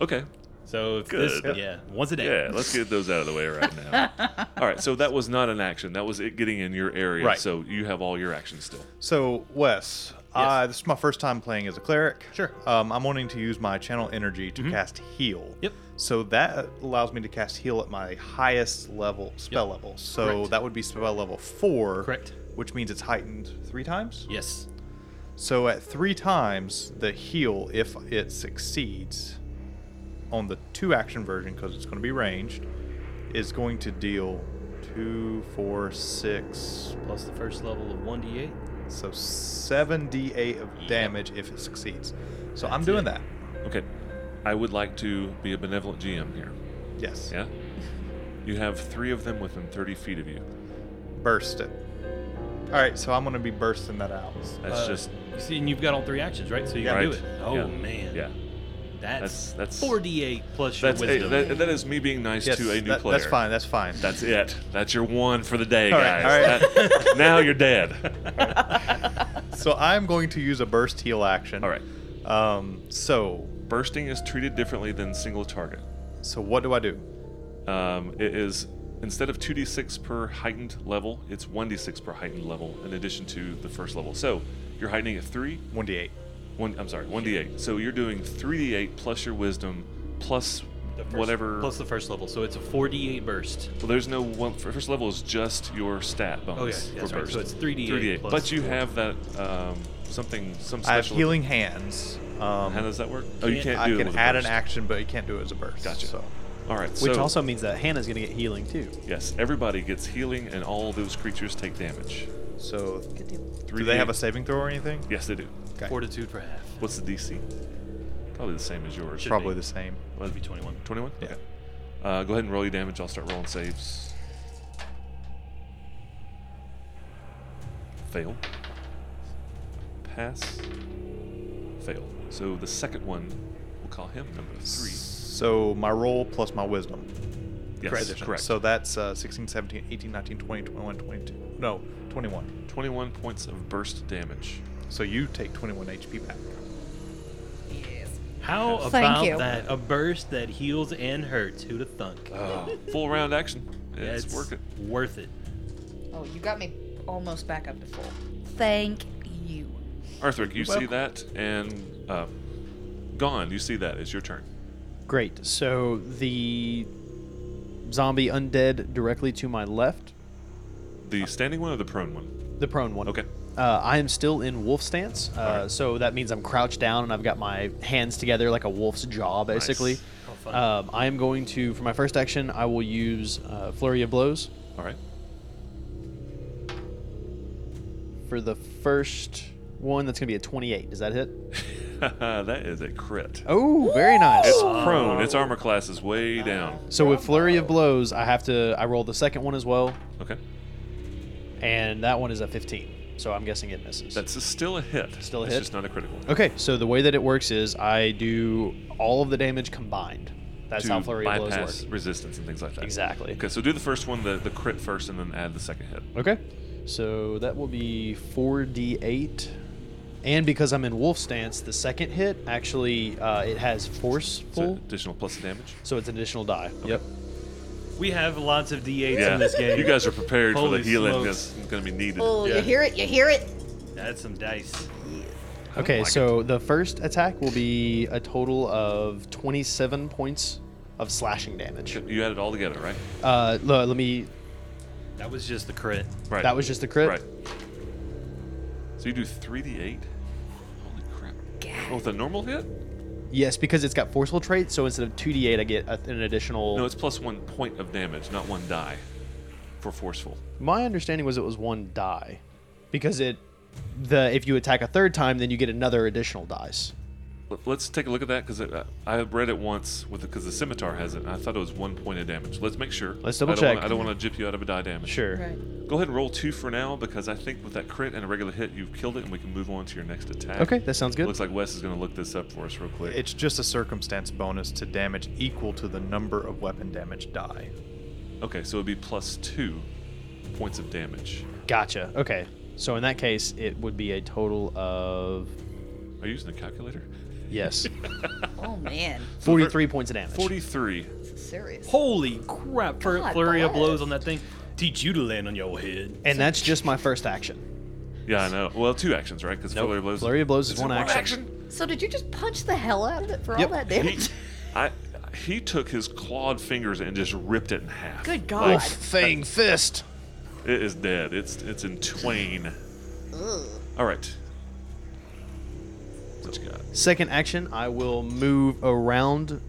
S1: Okay.
S2: So if
S1: Good.
S2: this yeah once a day.
S1: Yeah, let's get those out of the way right now. All right, so that was not an action. That was it getting in your area.
S3: Right.
S1: So you have all your actions still.
S3: So Wes, uh, this is my first time playing as a cleric.
S2: Sure. Mm-hmm.
S3: Um, I'm wanting to use my channel energy to cast heal.
S2: Yep.
S3: So that allows me to cast heal at my highest level spell level. So
S2: Correct.
S3: that would be spell level four.
S2: Correct.
S3: Which means it's heightened three times.
S2: Yes.
S3: So at three times, the heal, if it succeeds on the two action version, because it's going to be ranged, is going to deal two, four, six,
S2: Plus the first level of one d eight.
S3: so 7d8 of damage if it succeeds. So I'm doing that.
S1: Okay. I would like to be a benevolent GM here.
S3: Yes.
S1: Yeah. You have three of them within 30 feet of you.
S3: Burst it. All right, so I'm going to be bursting that out.
S1: That's just
S2: See, and you've got all three actions, right? So you
S1: right.
S2: can do it. Oh
S1: Yeah.
S2: man.
S1: Yeah. that's-
S2: That's that's four d eight plus your
S1: That's hey,
S2: wisdom.
S1: that, that is me being nice
S3: Yes,
S1: to a new
S3: that-
S1: player.
S3: that's fine. That's fine.
S1: That's it. That's your one for the day,
S3: All right,
S1: guys.
S3: all
S1: That- now you're dead.
S3: so I'm going to use a burst heal action.
S1: All right.
S3: Um, so,
S1: Bursting is treated differently than single target.
S3: so what do I do?
S1: Um, it is instead of 2d6 per heightened level, it's 1d6 per heightened level in addition to the first level. So you're heightening at three.
S3: 1d8.
S1: One, I'm sorry, 1d8. So you're doing 3d8 plus your wisdom plus
S2: The first-
S1: whatever.
S2: Plus the first level, so it's a four d eight burst.
S1: well, there's no one. First level is just your stat bonus.
S2: Oh, yeah, that's
S1: for
S2: right.
S1: burst.
S2: So it's 3d8 plus
S1: but you
S2: four.
S1: have that um, something some special
S3: I have healing hands. Um,
S1: How does that work? Oh, you can't
S3: I
S1: do it.
S3: can
S1: with a
S3: add
S1: burst.
S3: an action, but you can't do it as a burst.
S1: Gotcha.
S3: So.
S1: All right.
S5: Which
S1: so,
S5: also means that Hannah's going to get healing too.
S1: yes, everybody gets healing, and all those creatures take damage.
S3: So,
S7: Good deal.
S1: Three.
S3: do they have a saving throw or anything?
S1: Yes, they do.
S3: Okay.
S2: Fortitude for half.
S1: What's the DC? Probably the same as yours.
S2: Should
S3: Probably
S2: be.
S3: the same.
S1: Well,
S2: That'd be twenty one.
S1: 21?
S3: Yeah.
S1: Okay. Uh, go ahead and roll your damage. I'll start rolling saves. Fail. Pass. Fail. So the second one, we'll call him number three.
S3: So, my roll plus my wisdom.
S1: Yes, correct.
S3: So, that's uh, 16, 17, 18, 19, 20, 21, 22. No, 21.
S1: 21 points of burst damage.
S3: So, you take 21 HP back.
S2: How
S7: Thank
S2: about
S7: you.
S2: that? A burst that heals and hurts. Who to thunk?
S1: Full round action. Oh, It's,
S2: That's
S1: worth it.
S2: Worth it.
S7: Oh, you got me almost back up to full. Thank you.
S1: Arthur, you see that, and uh, gone. You see that. It's your turn.
S5: Great. So the zombie undead directly to my left,
S1: The standing one or the prone one?
S5: the prone one.
S1: Okay.
S5: Uh, I am still in wolf stance, uh, so that means I'm crouched down and I've got my hands together like a wolf's jaw, basically.
S1: Oh,
S5: Um, I am going to, for my first action, I will use uh, flurry of blows
S1: All right.
S5: for the first one that's going to be a 28. Does that hit?
S1: that is a crit.
S5: Oh, very nice.
S1: It's prone. Its armor class is way down.
S5: So with flurry of blows, I have to I roll the second one as well,
S1: Okay.
S5: and that one is a 15. So I'm guessing it misses.
S1: That's a- still a hit.
S5: Still a
S1: it's
S5: hit?
S1: just not a critical.
S5: okay. So the way that it works is I do all of the damage combined. That's
S1: to
S5: how flurry of blows
S1: bypass
S5: work.
S1: resistance and things like that.
S5: Exactly.
S1: Okay, so do the first one, the, the crit first, and then add the second hit.
S5: Okay. So that will be 4d8. And because I'm in wolf stance, the second hit actually uh, it has
S1: So
S5: forceful,
S1: additional plus the damage.
S5: so it's an additional die. Yep.
S2: We have lots of D8s
S1: Yeah,
S2: in this game.
S1: you guys are prepared for
S2: Holy
S1: the healing
S2: smokes.
S1: that's going to be needed.
S7: Oh,
S2: Yeah.
S7: you hear it? You hear it?
S2: That's some dice.
S5: Okay, so the first attack will be a total of 27 points of slashing damage.
S1: You add it all together, right?
S5: Uh, lo- let me.
S2: That was just the crit.
S1: Right.
S5: That was just a crit.
S1: Right. So you do 3d8. Holy crap. Oh, with a normal hit?
S5: Yes, because it's got forceful trait, so instead of 2d8, I get a, an additional.
S1: No, it's plus one point of damage, not one die for forceful.
S5: My understanding was it was one die, because it, the if you attack a third time, then you get another additional dice.
S1: Let- Let's take a look at that because I read it once with because the, scimitar has it. And I thought it was one point of damage. Let's make sure.
S5: Let's double
S1: I don't wanna-
S5: check.
S1: I don't want to jip you out of a die damage.
S5: Sure.
S7: Right.
S1: Go ahead and roll two for now because I think with that crit and a regular hit, you've killed it, and we can move on to your next attack.
S5: Okay, that sounds good.
S1: Looks like Wes is going to look this up for us real quick.
S3: It's just a circumstance bonus to damage equal to the number of weapon damage die.
S1: okay, so it'd be plus two points of damage.
S5: Gotcha. Okay. So in that case, it would be a total of
S1: Are you using a calculator?
S5: yes,
S7: Oh man,
S5: 43 points of damage.
S1: Forty-three.
S7: this is serious.
S2: Holy crap. Fur-
S7: God
S2: flurry of blows
S7: bless.
S2: on that thing. Teach you to land on your head.
S5: And that's just my first action.
S1: Yeah, I know. Well, two actions, right? Because
S5: Nope.
S1: flurry of blows.
S5: Flurry of blows is
S1: It's
S5: one
S1: in
S5: action.
S7: So did you just punch the hell out of it for
S5: Yep.
S7: all that damage?
S1: I, he took his clawed fingers and just ripped it in half.
S7: Good
S1: Like,
S7: God!
S5: Fang fist.
S1: it is dead. It's it's in twain. All right. What you got?
S5: Second action, I will move around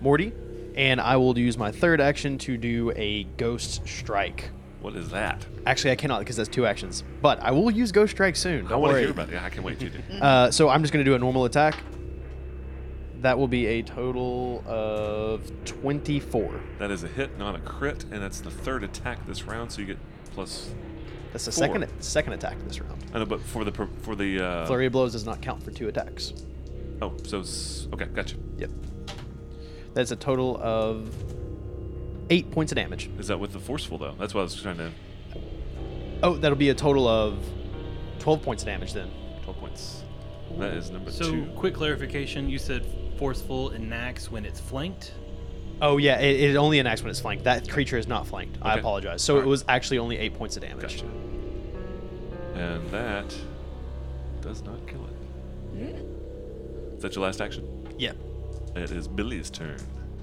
S5: Morty, and I will use my third action to do a ghost strike.
S1: What is that?
S5: Actually, I cannot because that's two actions, but I will use ghost strike soon.
S1: I
S5: Don't
S1: want to
S5: worry.
S1: hear about it. Yeah, I can't wait to do.
S5: Uh, so I'm just going to do a normal attack. That will be a total of 24.
S1: That is a hit, not a crit, and that's the third attack this round. So you get plus.
S5: That's the
S1: Four.
S5: second second attack this round.
S1: I know, but for the per- for the
S2: Oh.
S1: uh,
S5: Flurry of blows does not count for two attacks.
S1: Oh, so s- okay, gotcha.
S5: Yep. That's a total of eight points of damage.
S1: Is that with the forceful though? That's what I was trying to.
S5: Oh, that'll be a total of 12 points of damage then.
S1: Twelve points. That is number
S2: So,
S1: two.
S2: quick clarification you said forceful enacts when it's flanked.
S5: Oh, yeah, it, it only enacts when it's flanked. That creature is not flanked. I
S1: Okay.
S5: apologize. So it was actually only eight points of damage.
S1: Gotcha. And that does not kill it. Is that your last action?
S5: Yep.
S1: It is Billy's turn.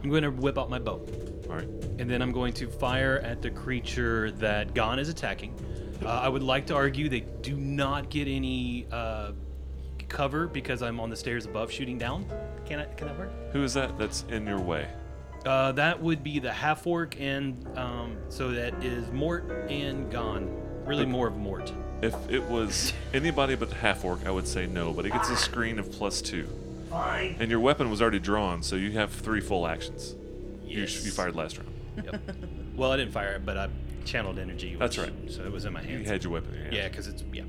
S2: I'm going to whip out my bow.
S1: All right.
S2: and then I'm going to fire at the creature that Gon is attacking. Uh, I would like to argue they do not get any uh, cover because I'm on the stairs above shooting down. Can I? Can that work?
S1: Who is that that's in your way?
S2: Uh, that would be the half orc, and um, so that is Mort and Gon. Really, more of Mort.
S1: If it was anybody but the half orc, I would say no, but it gets a screen of plus two. Fine. And your weapon was already drawn, so you have three full actions. You, sh- you fired last round.
S2: Well, I didn't fire it, but I channeled energy. Which,
S1: That's right.
S2: So it was in my hands.
S1: You had your weapon in your hand.
S2: yeah, because it's yeah.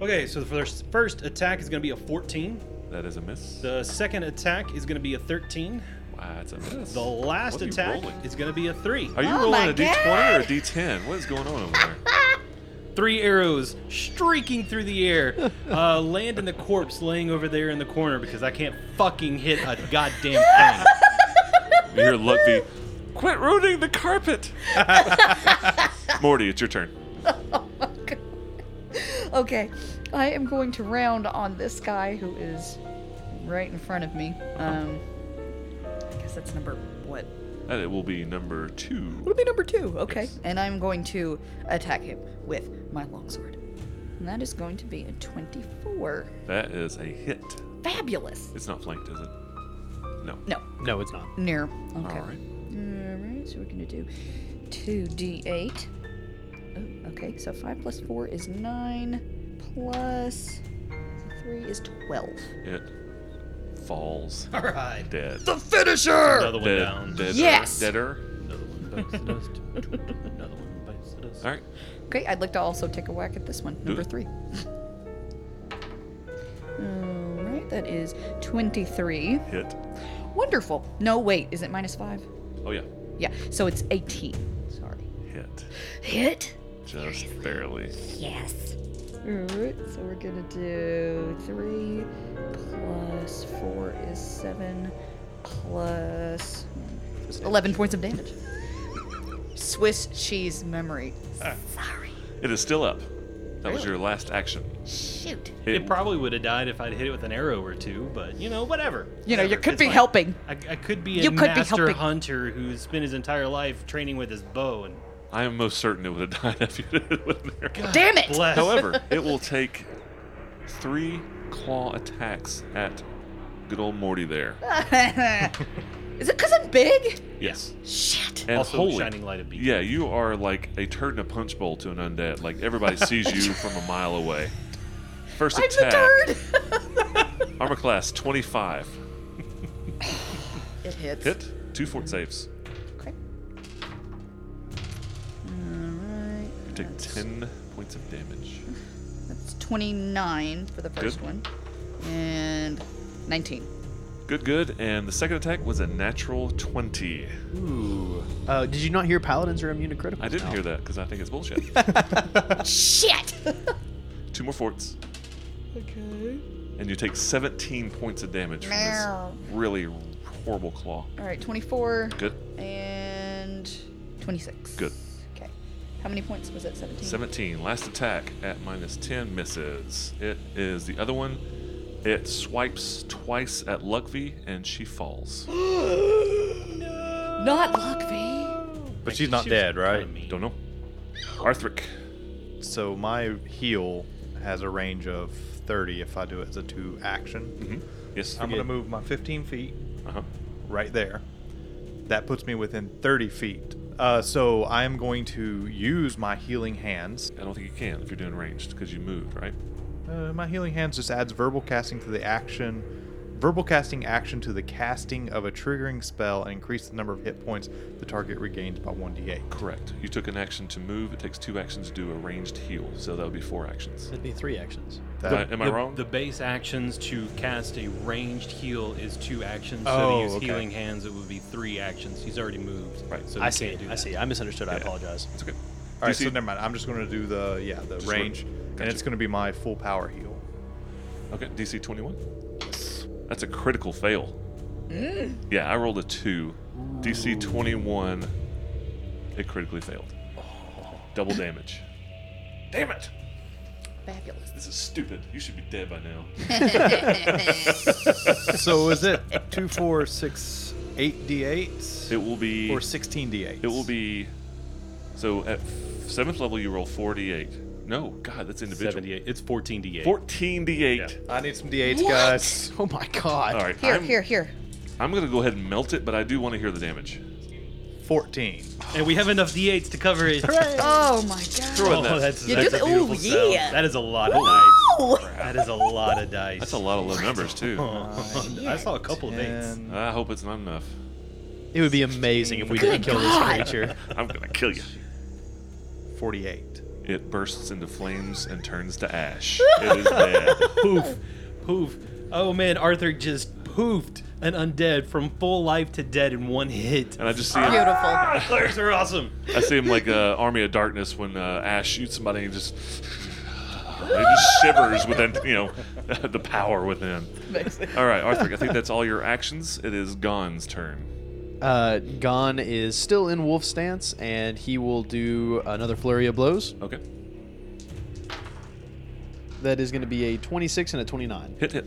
S2: Okay, so the first first attack is going to be a 14.
S1: That is a miss.
S2: The second attack is going to be a 13.
S1: wow, it's a miss.
S2: The last
S1: What are you
S2: attack
S1: rolling?
S2: is going to be a three.
S1: Are you
S7: Oh
S1: rolling
S7: my
S1: a d20 or a d10? What is going on over there?
S2: Three arrows streaking through the air, uh, land in the corpse laying over there in the corner because I can't fucking hit a goddamn thing.
S1: You hear Lucky, quit ruining the carpet. Morty, it's your turn.
S7: Okay, I am going to round on this guy who is right in front of me. Um, I guess that's number what?
S1: And it will be number two.
S7: It'll be number two. Okay, and I'm going to attack him with my longsword, and that is going to be a 24.
S1: That is a hit.
S7: Fabulous.
S1: It's not flanked, is it? No.
S7: No,
S5: No, it's not.
S7: near. Okay.
S1: All right.
S7: All right, so we're gonna do two d8. Oh, okay, so five plus four is nine, plus three is 12.
S1: It falls
S2: All right.
S1: dead.
S2: Another one
S1: Dead-
S2: down.
S1: deader-
S7: Yes!
S1: Deader.
S2: Another one bites the dust. Another one bites the dust.
S1: All right.
S7: Okay, I'd like to also take a whack at this one, number
S1: it.
S7: three. Alright, that is 23.
S1: Hit.
S7: Wonderful. No, wait, is it minus five?
S1: Oh yeah.
S7: Yeah, so it's 18. Sorry.
S1: Hit.
S7: Hit?
S1: Just barely.
S7: Yes. Alright, so we're gonna do three plus four is seven plus eleven points of damage. Swiss cheese memory.
S1: It is still up. That was your last action.
S7: Shoot.
S2: It probably would have died if I'd hit it with an arrow or two, but you know, whatever.
S7: You know, you
S2: Whatever.
S7: could
S2: It's
S7: be
S2: fine.
S7: helping.
S2: I, I could be a
S7: You could be
S2: master
S7: helping.
S2: hunter who spent his entire life training with his bow and
S1: I am most certain it would have died if you did it with an arrow.
S7: Damn it!
S2: bless.
S1: However, it will take three claw attacks at good old Morty there.
S2: Ah.
S7: Is it because I'm big?
S1: Yes.
S7: Shit.
S1: And
S2: Also
S1: holy,
S2: shining light of beacon.
S1: yeah, you are like a turd in a punch bowl to an undead. Like everybody sees you from a mile away. First
S7: I'm
S1: attack,
S7: the turd.
S1: armor class 25,
S7: It hits.
S1: hit, two fort saves.
S7: Okay. Alright.
S1: You take 10 points of damage.
S7: That's 29 for the first one. And 19.
S1: Good, good. And the second attack was a natural 20.
S5: Uh, did you not hear paladins are immune to critical?
S1: I didn't hear that because I think it's bullshit.
S7: Shit!
S1: two more forts. Okay. And you take 17 points of damage from this
S7: Meow.
S1: really horrible claw.
S7: Alright, 24
S1: Good.
S7: and 26.
S1: Good.
S7: Okay. How many points was it? 17?
S1: 17. Last attack at minus 10 misses. It is the other one. It swipes twice at Luckvy and she falls.
S7: Not Luckvy.
S3: But she's not dead, right?
S1: Don't know. Arthric.
S3: So my heal has a range of 30 if I do it as a two action.
S1: hmm Yes.
S3: I'm going to move my 15 feet
S1: Uh-huh.
S3: right there. That puts me within 30 feet. Uh, so I am going to use my healing hands.
S1: I don't think you can if you're doing ranged because you moved, right?
S3: Uh, my healing hands just adds verbal casting to the action, verbal casting action to the casting of a triggering spell and increase the number of hit points the target regains by 1d8.
S1: Correct. You took an action to move. It takes two actions to do a ranged heal, so that would be four actions.
S5: It'd be three actions.
S3: That,
S1: Am I- am I
S2: the,
S1: wrong?
S2: The base actions to cast a ranged heal is two actions. so
S3: Oh,
S2: to use
S3: okay.
S2: healing hands, it would be three actions. He's already moved.
S1: Right.
S2: So
S5: I
S2: he
S5: see.
S2: Can't do
S5: I
S2: that.
S5: see. I misunderstood. I
S1: Yeah.
S5: apologize.
S1: It's okay.
S3: All right,
S1: DC
S3: so never mind. I'm just going to do the yeah the
S1: Just
S3: range,
S1: re-
S3: and
S1: gotcha.
S3: it's going to be my full power heal.
S1: Okay, DC 21. That's a critical fail. Yeah, I rolled a 2. DC 21, it critically failed. Double damage. Oh. Damn it!
S7: Fabulous.
S1: This is stupid. You should be dead by now.
S3: so is it two, four, six, eight d8s
S1: It will be.
S3: or sixteen d8s?
S1: It will be. So at 7th level, you roll 48. No, God, that's individual.
S2: 78. It's 14 d8.
S1: 14d8.
S3: I need some d8s, guys.
S5: Oh my god.
S1: All right,
S7: Here,
S1: I'm,
S7: here, here.
S1: I'm going to go ahead and melt it, but I do want to hear the damage.
S3: Fourteen.
S2: And we have enough d8s to cover it. Hooray!
S7: Oh my god.
S1: Throw in
S2: Oh,
S1: that.
S2: that's,
S7: You
S2: that's
S7: do
S2: a
S7: the- ooh,
S2: beautiful sound.
S7: yeah.
S2: That is a lot of dice. That is a lot of dice.
S1: That's a lot of low numbers, too.
S2: I saw a couple of eights.
S3: And
S1: I hope it's not enough.
S5: It would be amazing if we didn't kill
S7: God.
S5: this creature.
S1: I'm going to kill you.
S3: forty-eight.
S1: It bursts into flames and turns to ash. It is dead.
S2: poof, poof. Oh man, Arthur just poofed an undead from full life to dead in one hit.
S1: And I just see him,
S7: Beautiful.
S2: Players are awesome.
S1: I see him like uh, Army of Darkness when uh, Ash shoots somebody and just it just shivers with that, you know the power within. All right, Arthur, I think that's all your actions. It is Gon's turn.
S5: Uh, Gon is still in wolf stance, and he will do another flurry of blows.
S1: Okay,
S5: That is going to be a 26 and a 29.
S1: hit hit.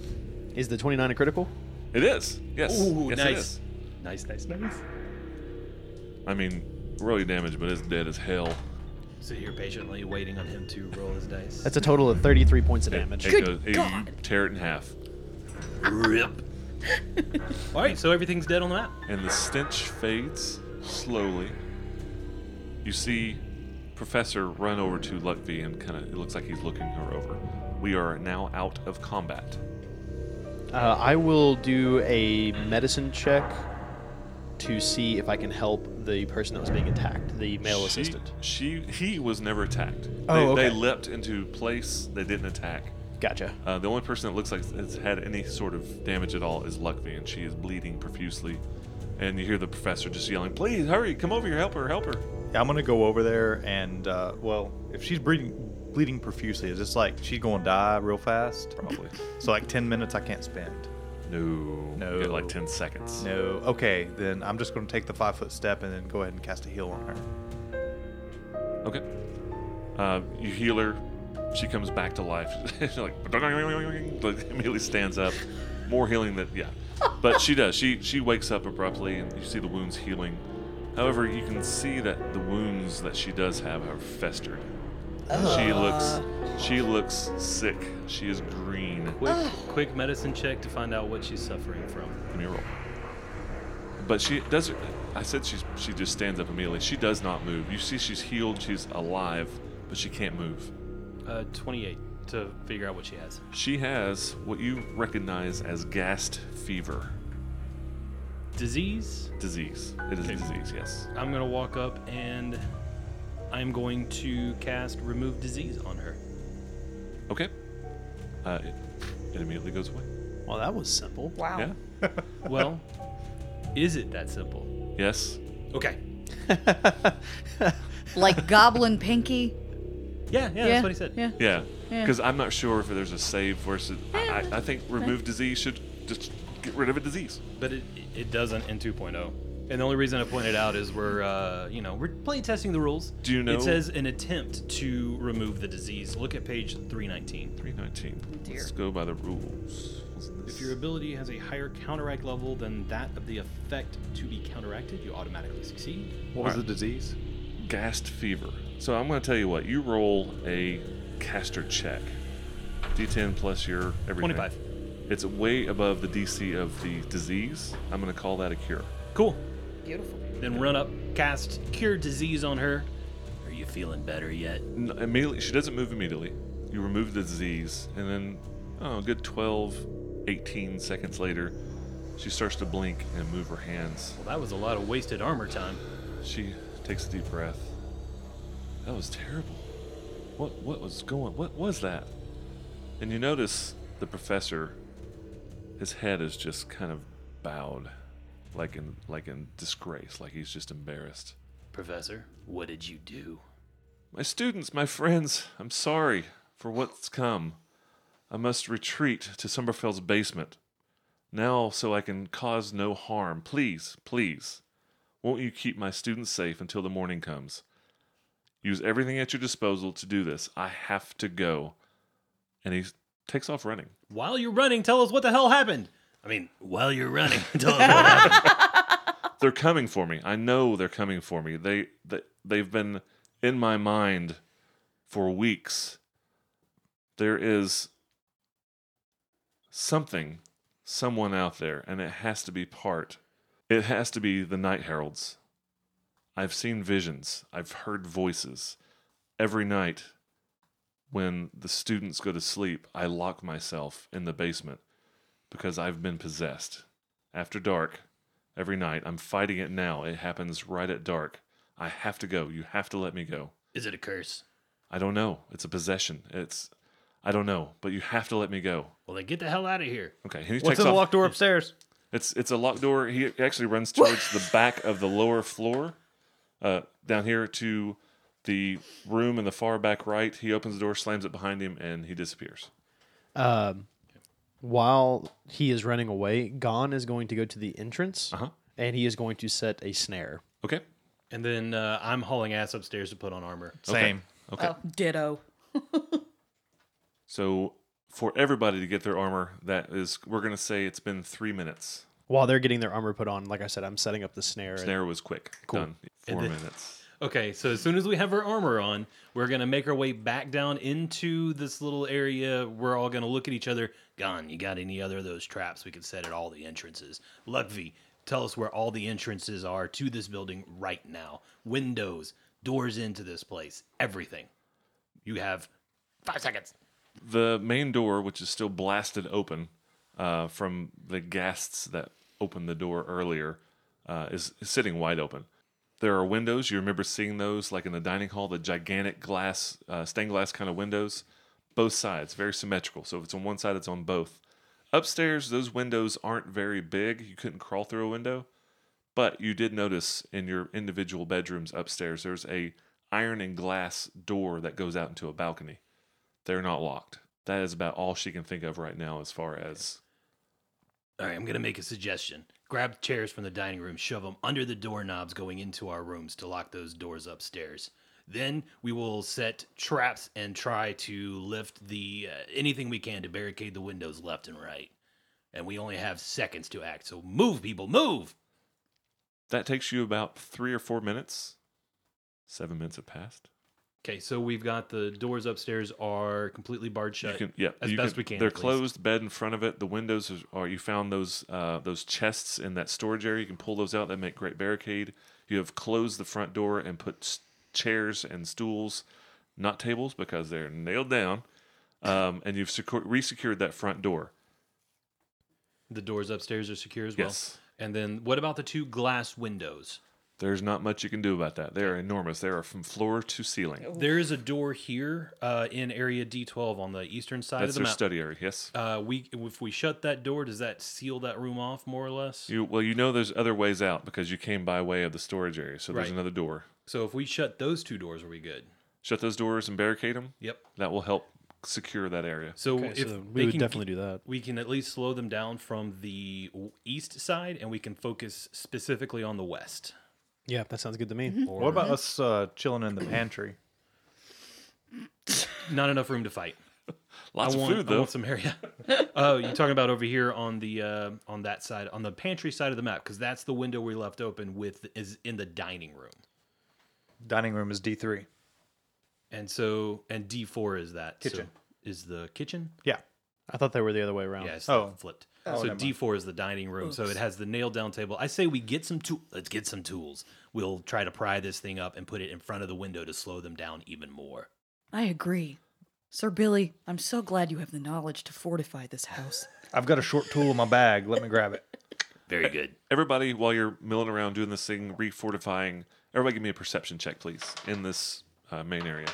S5: Is the 29 a critical?
S1: It is. Yes.
S2: Ooh,
S1: yes, It
S2: nice.
S1: is.
S2: Nice, nice, nice.
S1: I mean, really damaged, but it's dead as hell.
S2: Sit here patiently waiting on him to roll his dice.
S5: That's a total of 33 points of
S1: It-
S5: damage.
S1: It,
S7: Good
S1: goes, it- you
S7: God.
S1: tear it in half,
S2: rip. All right, so everything's dead on the map.
S1: and the stench fades slowly. You see Professor run over to Luckby and kind of it looks like he's looking her over. We are now out of combat.
S5: Uh, I will do a medicine check to see if I can help the person that was being attacked, the male
S1: She-
S5: assistant.
S1: She, he was never attacked.
S5: Oh,
S1: they,
S5: okay.
S1: they leapt into place. They didn't attack.
S5: Gotcha.
S1: Uh, the only person that looks like it's had any sort of damage at all is Luckby, and she is bleeding profusely. And you hear the professor just yelling, "Please hurry! Come over here! Help her! Help her!"
S3: Yeah, I'm gonna go over there and uh, well, if she's bleeding, bleeding profusely, is this like she's gonna die real fast?
S1: Probably.
S3: So like ten minutes I can't spend.
S1: No.
S3: No.
S1: Get like ten seconds.
S3: No. Okay, then I'm just gonna take the five foot step and then go ahead and cast a heal on her.
S1: Okay. Uh, you heal her. She comes back to life. She like, like immediately stands up. More healing that yeah, but she does. She she wakes up abruptly, and you see the wounds healing. However, you can see that the wounds that she does have have festered. She looks she looks sick. She is green.
S2: Quick, quick medicine check to find out what she's suffering from.
S1: Give me a roll. But she does. I said she's she just stands up immediately. She does not move. You see, she's healed. She's alive, but she can't move.
S2: Uh, 28 to figure out what she has.
S1: She has what you recognize as gassed fever
S2: Disease.
S1: disease. It is a disease, yes.
S2: I'm gonna walk up and I'm going to cast remove disease on her.
S1: Okay. Uh, it, it immediately goes away.
S5: Well, that was simple.
S7: Wow.
S1: Yeah.
S2: Well, is it that simple?
S1: Yes.
S2: Okay.
S7: Like Goblin Pinky.
S2: Yeah, yeah, that's what he said.
S7: Yeah.
S1: Yeah.
S7: Yeah.
S1: Because I'm not sure if there's a save versus. I, I, I think remove disease should just get rid of a disease.
S2: But it, it doesn't in 2.0. And the only reason I pointed out is we're, uh, you know, we're play testing the rules.
S1: Do you know-
S2: It says an attempt to remove the disease. Look at page 319.
S1: 319.
S7: Oh, Dear.
S1: Let's go by the rules. Wasn't
S2: If
S1: this-
S2: your ability has a higher counteract level than that of the effect to be counteracted, you automatically succeed.
S3: What was the disease?
S1: Gassed fever. So I'm going to tell you what. You roll a caster check. D10 plus your everything.
S2: 25.
S1: It's way above the DC of the disease. I'm going to call that a cure.
S2: Cool.
S7: Beautiful.
S2: Then run up, cast cure disease on her.
S8: Are you feeling better yet?
S1: N- immediately she doesn't move immediately you remove the disease and then oh a good 12 18 seconds later she starts to blink and move her hands
S2: Well, that was a lot of wasted armor time.
S1: she takes a deep breath that was terrible what what was going what was that and you notice the professor his head is just kind of bowed like in like in disgrace like he's just embarrassed
S8: Professor, what did you do?
S1: My students, my friends, I'm sorry for what's come. I must retreat to Sommerfell's basement. Now, so I can cause no harm. Please, please, won't you keep my students safe until the morning comes? Use everything at your disposal to do this. I have to go. And he takes off running.
S2: While you're running, tell us what the hell happened.
S8: I mean, while you're running. Tell us what happened.
S1: They're coming for me. I know they're coming for me. They, they they've been in my mind for weeks. There is something, someone out there, and it has to be part. It has to be the Night Heralds. I've seen visions. I've heard voices. Every night when the students go to sleep, I lock myself in the basement because I've been possessed. After dark, every night, I'm fighting it now. It happens right at dark. I have to go. You have to let me go.
S8: Is it a curse?
S1: I don't know. It's a possession. It's I don't know, but you have to let me go.
S8: Well, then get the hell out of here.
S1: Okay. and he
S6: What's
S1: takes
S6: in the
S1: off.
S6: locked door upstairs?
S1: It's it's a locked door. He actually runs towards the back of the lower floor, uh, down here to the room in the far back right. He opens the door, slams it behind him, and he disappears.
S5: Um, while he is running away, Gon is going to go to the entrance
S1: Uh-huh.
S5: and he is going to set a snare.
S1: Okay.
S2: And then uh, I'm hauling ass upstairs to put on armor.
S3: Same.
S1: Okay.
S7: Oh,
S4: Ditto.
S1: So for everybody to get their armor, that is we're gonna say it's been three minutes.
S5: While they're getting their armor put on, like I said, I'm setting up the snare. and-
S1: Snare was quick. Done. Four minutes.
S2: Okay, so as soon as we have our armor on, we're gonna make our way back down into this little area. We're all gonna look at each other.
S8: Gon, you got any other of those traps we could set at all the entrances? Luckvy, tell us where all the entrances are to this building right now. Windows, doors into this place, everything. You have five seconds.
S1: The main door, which is still blasted open uh, from the ghasts that opened the door earlier, uh, is, is sitting wide open. There are windows. You remember seeing those, like in the dining hall, the gigantic glass, uh, stained glass kind of windows, both sides, very symmetrical. So if it's on one side, it's on both. Upstairs, those windows aren't very big. You couldn't crawl through a window, but you did notice in your individual bedrooms upstairs, there's a iron and glass door that goes out into a balcony. They're not locked. That is about all she can think of right now, as far as
S8: All right, I'm going to make a suggestion. Grab chairs from the dining room, shove them under the doorknobs going into our rooms to lock those doors upstairs. Then we will set traps and try to lift the uh, anything we can to barricade the windows left and right. And we only have seconds to act, so move, people, move.
S1: that takes you about three or four minutes. Seven minutes have passed.
S2: Okay, so we've got the doors upstairs are completely barred
S1: You
S2: shut.
S1: can, yeah,
S2: as
S1: you
S2: best we can.
S1: They're
S2: at least.
S1: closed. Bed in front of it. The windows is- are. You found those uh, those chests in that storage area. You can pull those out. That make great barricade. You have closed the front door and put s- chairs and stools, not tables because they're nailed down. Um, and you've secure, resecured that front door.
S2: The doors upstairs are secure as well.
S1: Yes.
S2: And then what about the two glass windows?
S1: There's not much you can do about that. They are enormous. They are from floor to ceiling.
S2: There is a door here uh, in area D12 on the eastern side
S1: That's
S2: of the
S1: their
S2: map.
S1: study area. Yes.
S2: Uh, we if we shut that door, does that seal that room off more or less?
S1: You well, you know there's other ways out because you came by way of the storage area. So there's
S2: Right.
S1: another door.
S2: So if we shut those two doors, are we good?
S1: Shut those doors and barricade them.
S2: Yep.
S1: That will help secure that area.
S2: So
S5: Okay,
S2: if
S5: so
S2: they
S5: we would
S2: can
S5: definitely
S2: ge-
S5: do that.
S2: we can at least slow them down from the w- east side, and we can focus specifically on the west.
S5: Yeah, that sounds good to me.
S3: Mm-hmm. What
S1: Mm-hmm.
S3: about us uh, chilling in the pantry?
S2: Not enough room to fight.
S1: Lots
S2: I
S1: of
S2: want,
S1: food
S2: I
S1: though.
S2: want some area. Oh, you're talking about over here on the uh, on that side, on the pantry side of the map, because that's the window we left open with is in the dining room,
S3: Dining room is D three.
S2: and so and D four is that so
S3: Kitchen.
S2: is the kitchen.
S3: Yeah.
S5: I thought they were the other way around.
S2: Yeah, it's
S3: Oh.
S2: flipped. so D four is the dining room, so it has the nail down table. I say we get some tool. Let's get some tools. We'll try to pry this thing up and put it in front of the window to slow them down even more.
S4: I agree. Sir Billy, I'm so glad you have the knowledge to fortify this house.
S3: I've got a short tool in my bag. Let me grab it.
S2: Uh,
S8: Very good.
S1: Everybody, while you're milling around doing this thing, refortifying. Everybody, give me a perception check, please, in this uh, main area.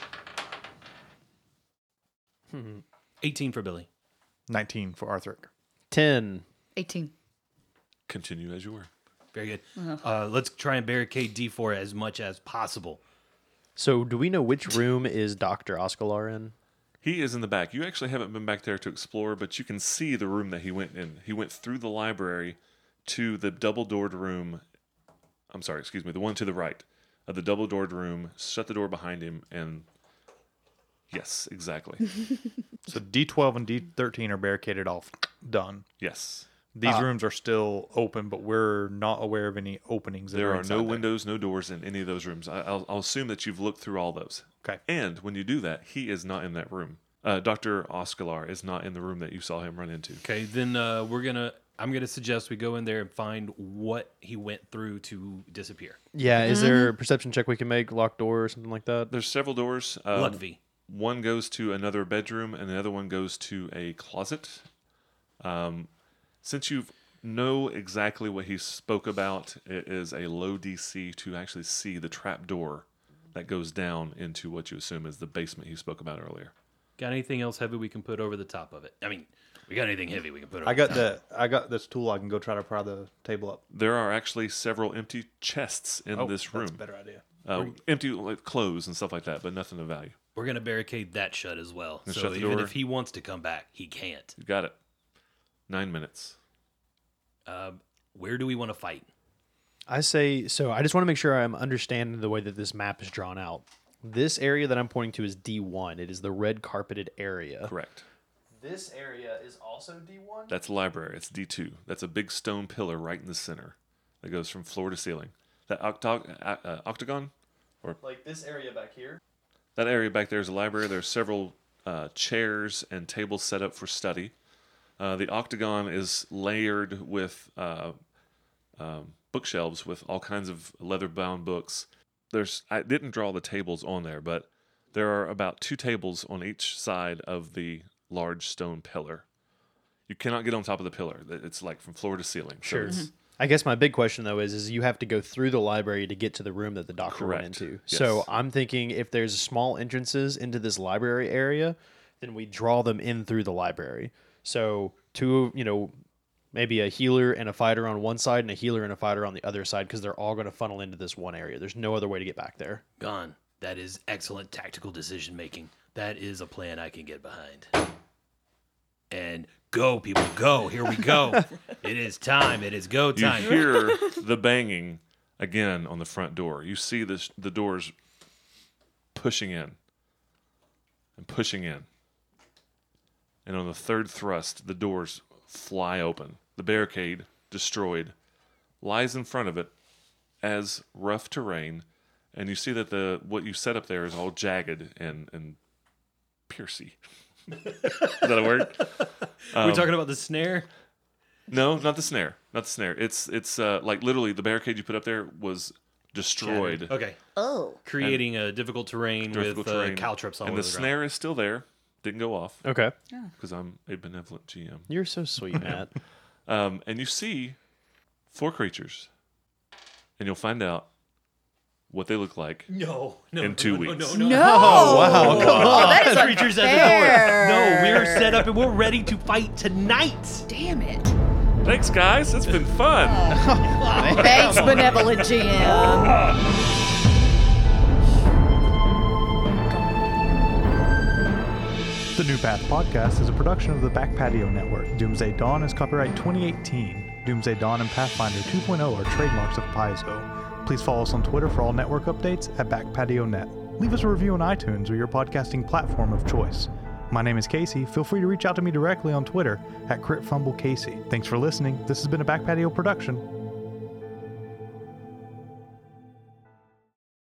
S2: Eighteen for Billy.
S3: Nineteen for Arthric.
S5: 10.
S7: 18.
S1: Continue as you were.
S2: Very good.
S3: Uh-huh.
S2: Uh, let's try and barricade D four as much as possible.
S5: So, do we know which room is Dr. Oscalar in?
S1: He is in the back. You actually haven't been back there to explore, but you can see the room that he went in. He went through the library to the double doored room. I'm sorry, excuse me, the one to the right of the double doored room, shut the door behind him, and yes, exactly.
S3: So D twelve and D thirteen are barricaded off. Done.
S1: yes.
S3: These rooms are still open, but we're not aware of any openings. that
S1: There are
S3: inside
S1: no windows, no doors in any of those rooms. I, I'll, I'll assume that you've looked through all those.
S3: Okay.
S1: And when you do that, he is not in that room. Uh, Dr. Oscalar is not in the room that you saw him run into.
S2: Okay, then uh, we're gonna. I'm gonna suggest we go in there and find what he went through to disappear.
S5: Yeah, is there
S3: Mm-hmm.
S5: a perception check we can make? Locked door or something like that?
S1: There's several doors. Um,
S2: Ludvi.
S1: One goes to another bedroom, and the other one goes to a closet. Um, since you know exactly what he spoke about, it is a low DC to actually see the trap door that goes down into what you assume is the basement he spoke about earlier.
S2: Got anything else heavy we can put over the top of it?
S8: I mean, we got anything heavy we can put on
S3: I got the I got this tool. I can go try to pry the table up.
S1: There are actually several empty chests in this room.
S3: Oh, That's a better idea.
S1: Uh, empty like, clothes and stuff like that, but nothing of value.
S8: We're going to barricade that shut as well.
S1: And shut
S8: so
S1: the
S8: even
S1: door.
S8: if he wants to come back, he can't.
S1: You got it. Nine minutes.
S8: Um, where do we want to fight?
S5: I say so. I just want to make sure I'm understanding the way that this map is drawn out. This area that I'm pointing to is D1. It is the red carpeted
S3: Uh.
S5: area.
S1: Correct.
S5: This area is also D1.
S1: That's library. It's D2. That's a big stone pillar right in the center that goes from floor to ceiling. That octog- uh, uh, octagon,
S5: Like this area back here.
S1: that area back there is a library. There's several uh, chairs and tables set up for study. Uh, the octagon is layered with uh, um, bookshelves with all kinds of leather-bound books. There's I didn't draw the tables on there, but there are about two tables on each side of the large stone pillar. You cannot get on top of the pillar. Th- It's like from floor to ceiling. So
S5: Sure.
S1: it's-
S5: I guess my big question though is, is you have to go through the library to get to the room that the doctor
S1: Correct.
S5: went into.
S1: Yes.
S5: So I'm thinking if there's small entrances into this library area, then we draw them in through the library. So two, you know, maybe a healer and a fighter on one side and a healer and a fighter on the other side because they're all going to funnel into this one area. There's no other way to get back there.
S8: Gone. That is excellent tactical decision making. That is a plan I can get behind. And go, people, go. Here we go. it is time. It is go
S1: You
S8: time.
S1: hear the banging again on the front door. You see this, the doors pushing in and pushing in. And on the third thrust, the doors fly open. The barricade, destroyed, lies in front of it as rough terrain. And you see that the what you set up there is all jagged and, and piercy. is that a word?
S2: Are
S1: um,
S2: we talking about the snare?
S1: No, not the snare. Not the snare. It's it's uh, like literally the barricade you put up there was destroyed.
S2: Okay.
S7: Oh.
S2: Creating a difficult terrain
S1: Difficult
S2: with
S1: terrain.
S2: Uh, caltrops all
S1: and
S2: over
S1: the
S2: the ground.
S1: snare is still there. Didn't go off
S5: Okay.
S1: because I'm a benevolent GM.
S5: You're so sweet, Matt.
S1: Um, and you see four creatures, and you'll find out what they look like.
S2: No, no,
S1: In two
S2: no, no,
S1: weeks.
S2: No, no,
S7: No. Oh,
S5: wow, come
S7: that is
S2: Creatures at the
S7: unfair.
S2: No, we are set up and we're ready to fight tonight.
S7: Damn it.
S1: Thanks, guys. It's been fun.
S7: Thanks, benevolent GM.
S3: The New Path Podcast is a production of the Back Patio Network. Doomsday Dawn is copyright 2018. Doomsday Dawn and Pathfinder 2.0 are trademarks of Paizo. Please follow us on Twitter for all network updates at Back Patio Net. Leave us a review on iTunes or your podcasting platform of choice. My name is Casey. Feel free to reach out to me directly on Twitter at CritFumbleCasey. Thanks for listening. This has been a Back Patio production.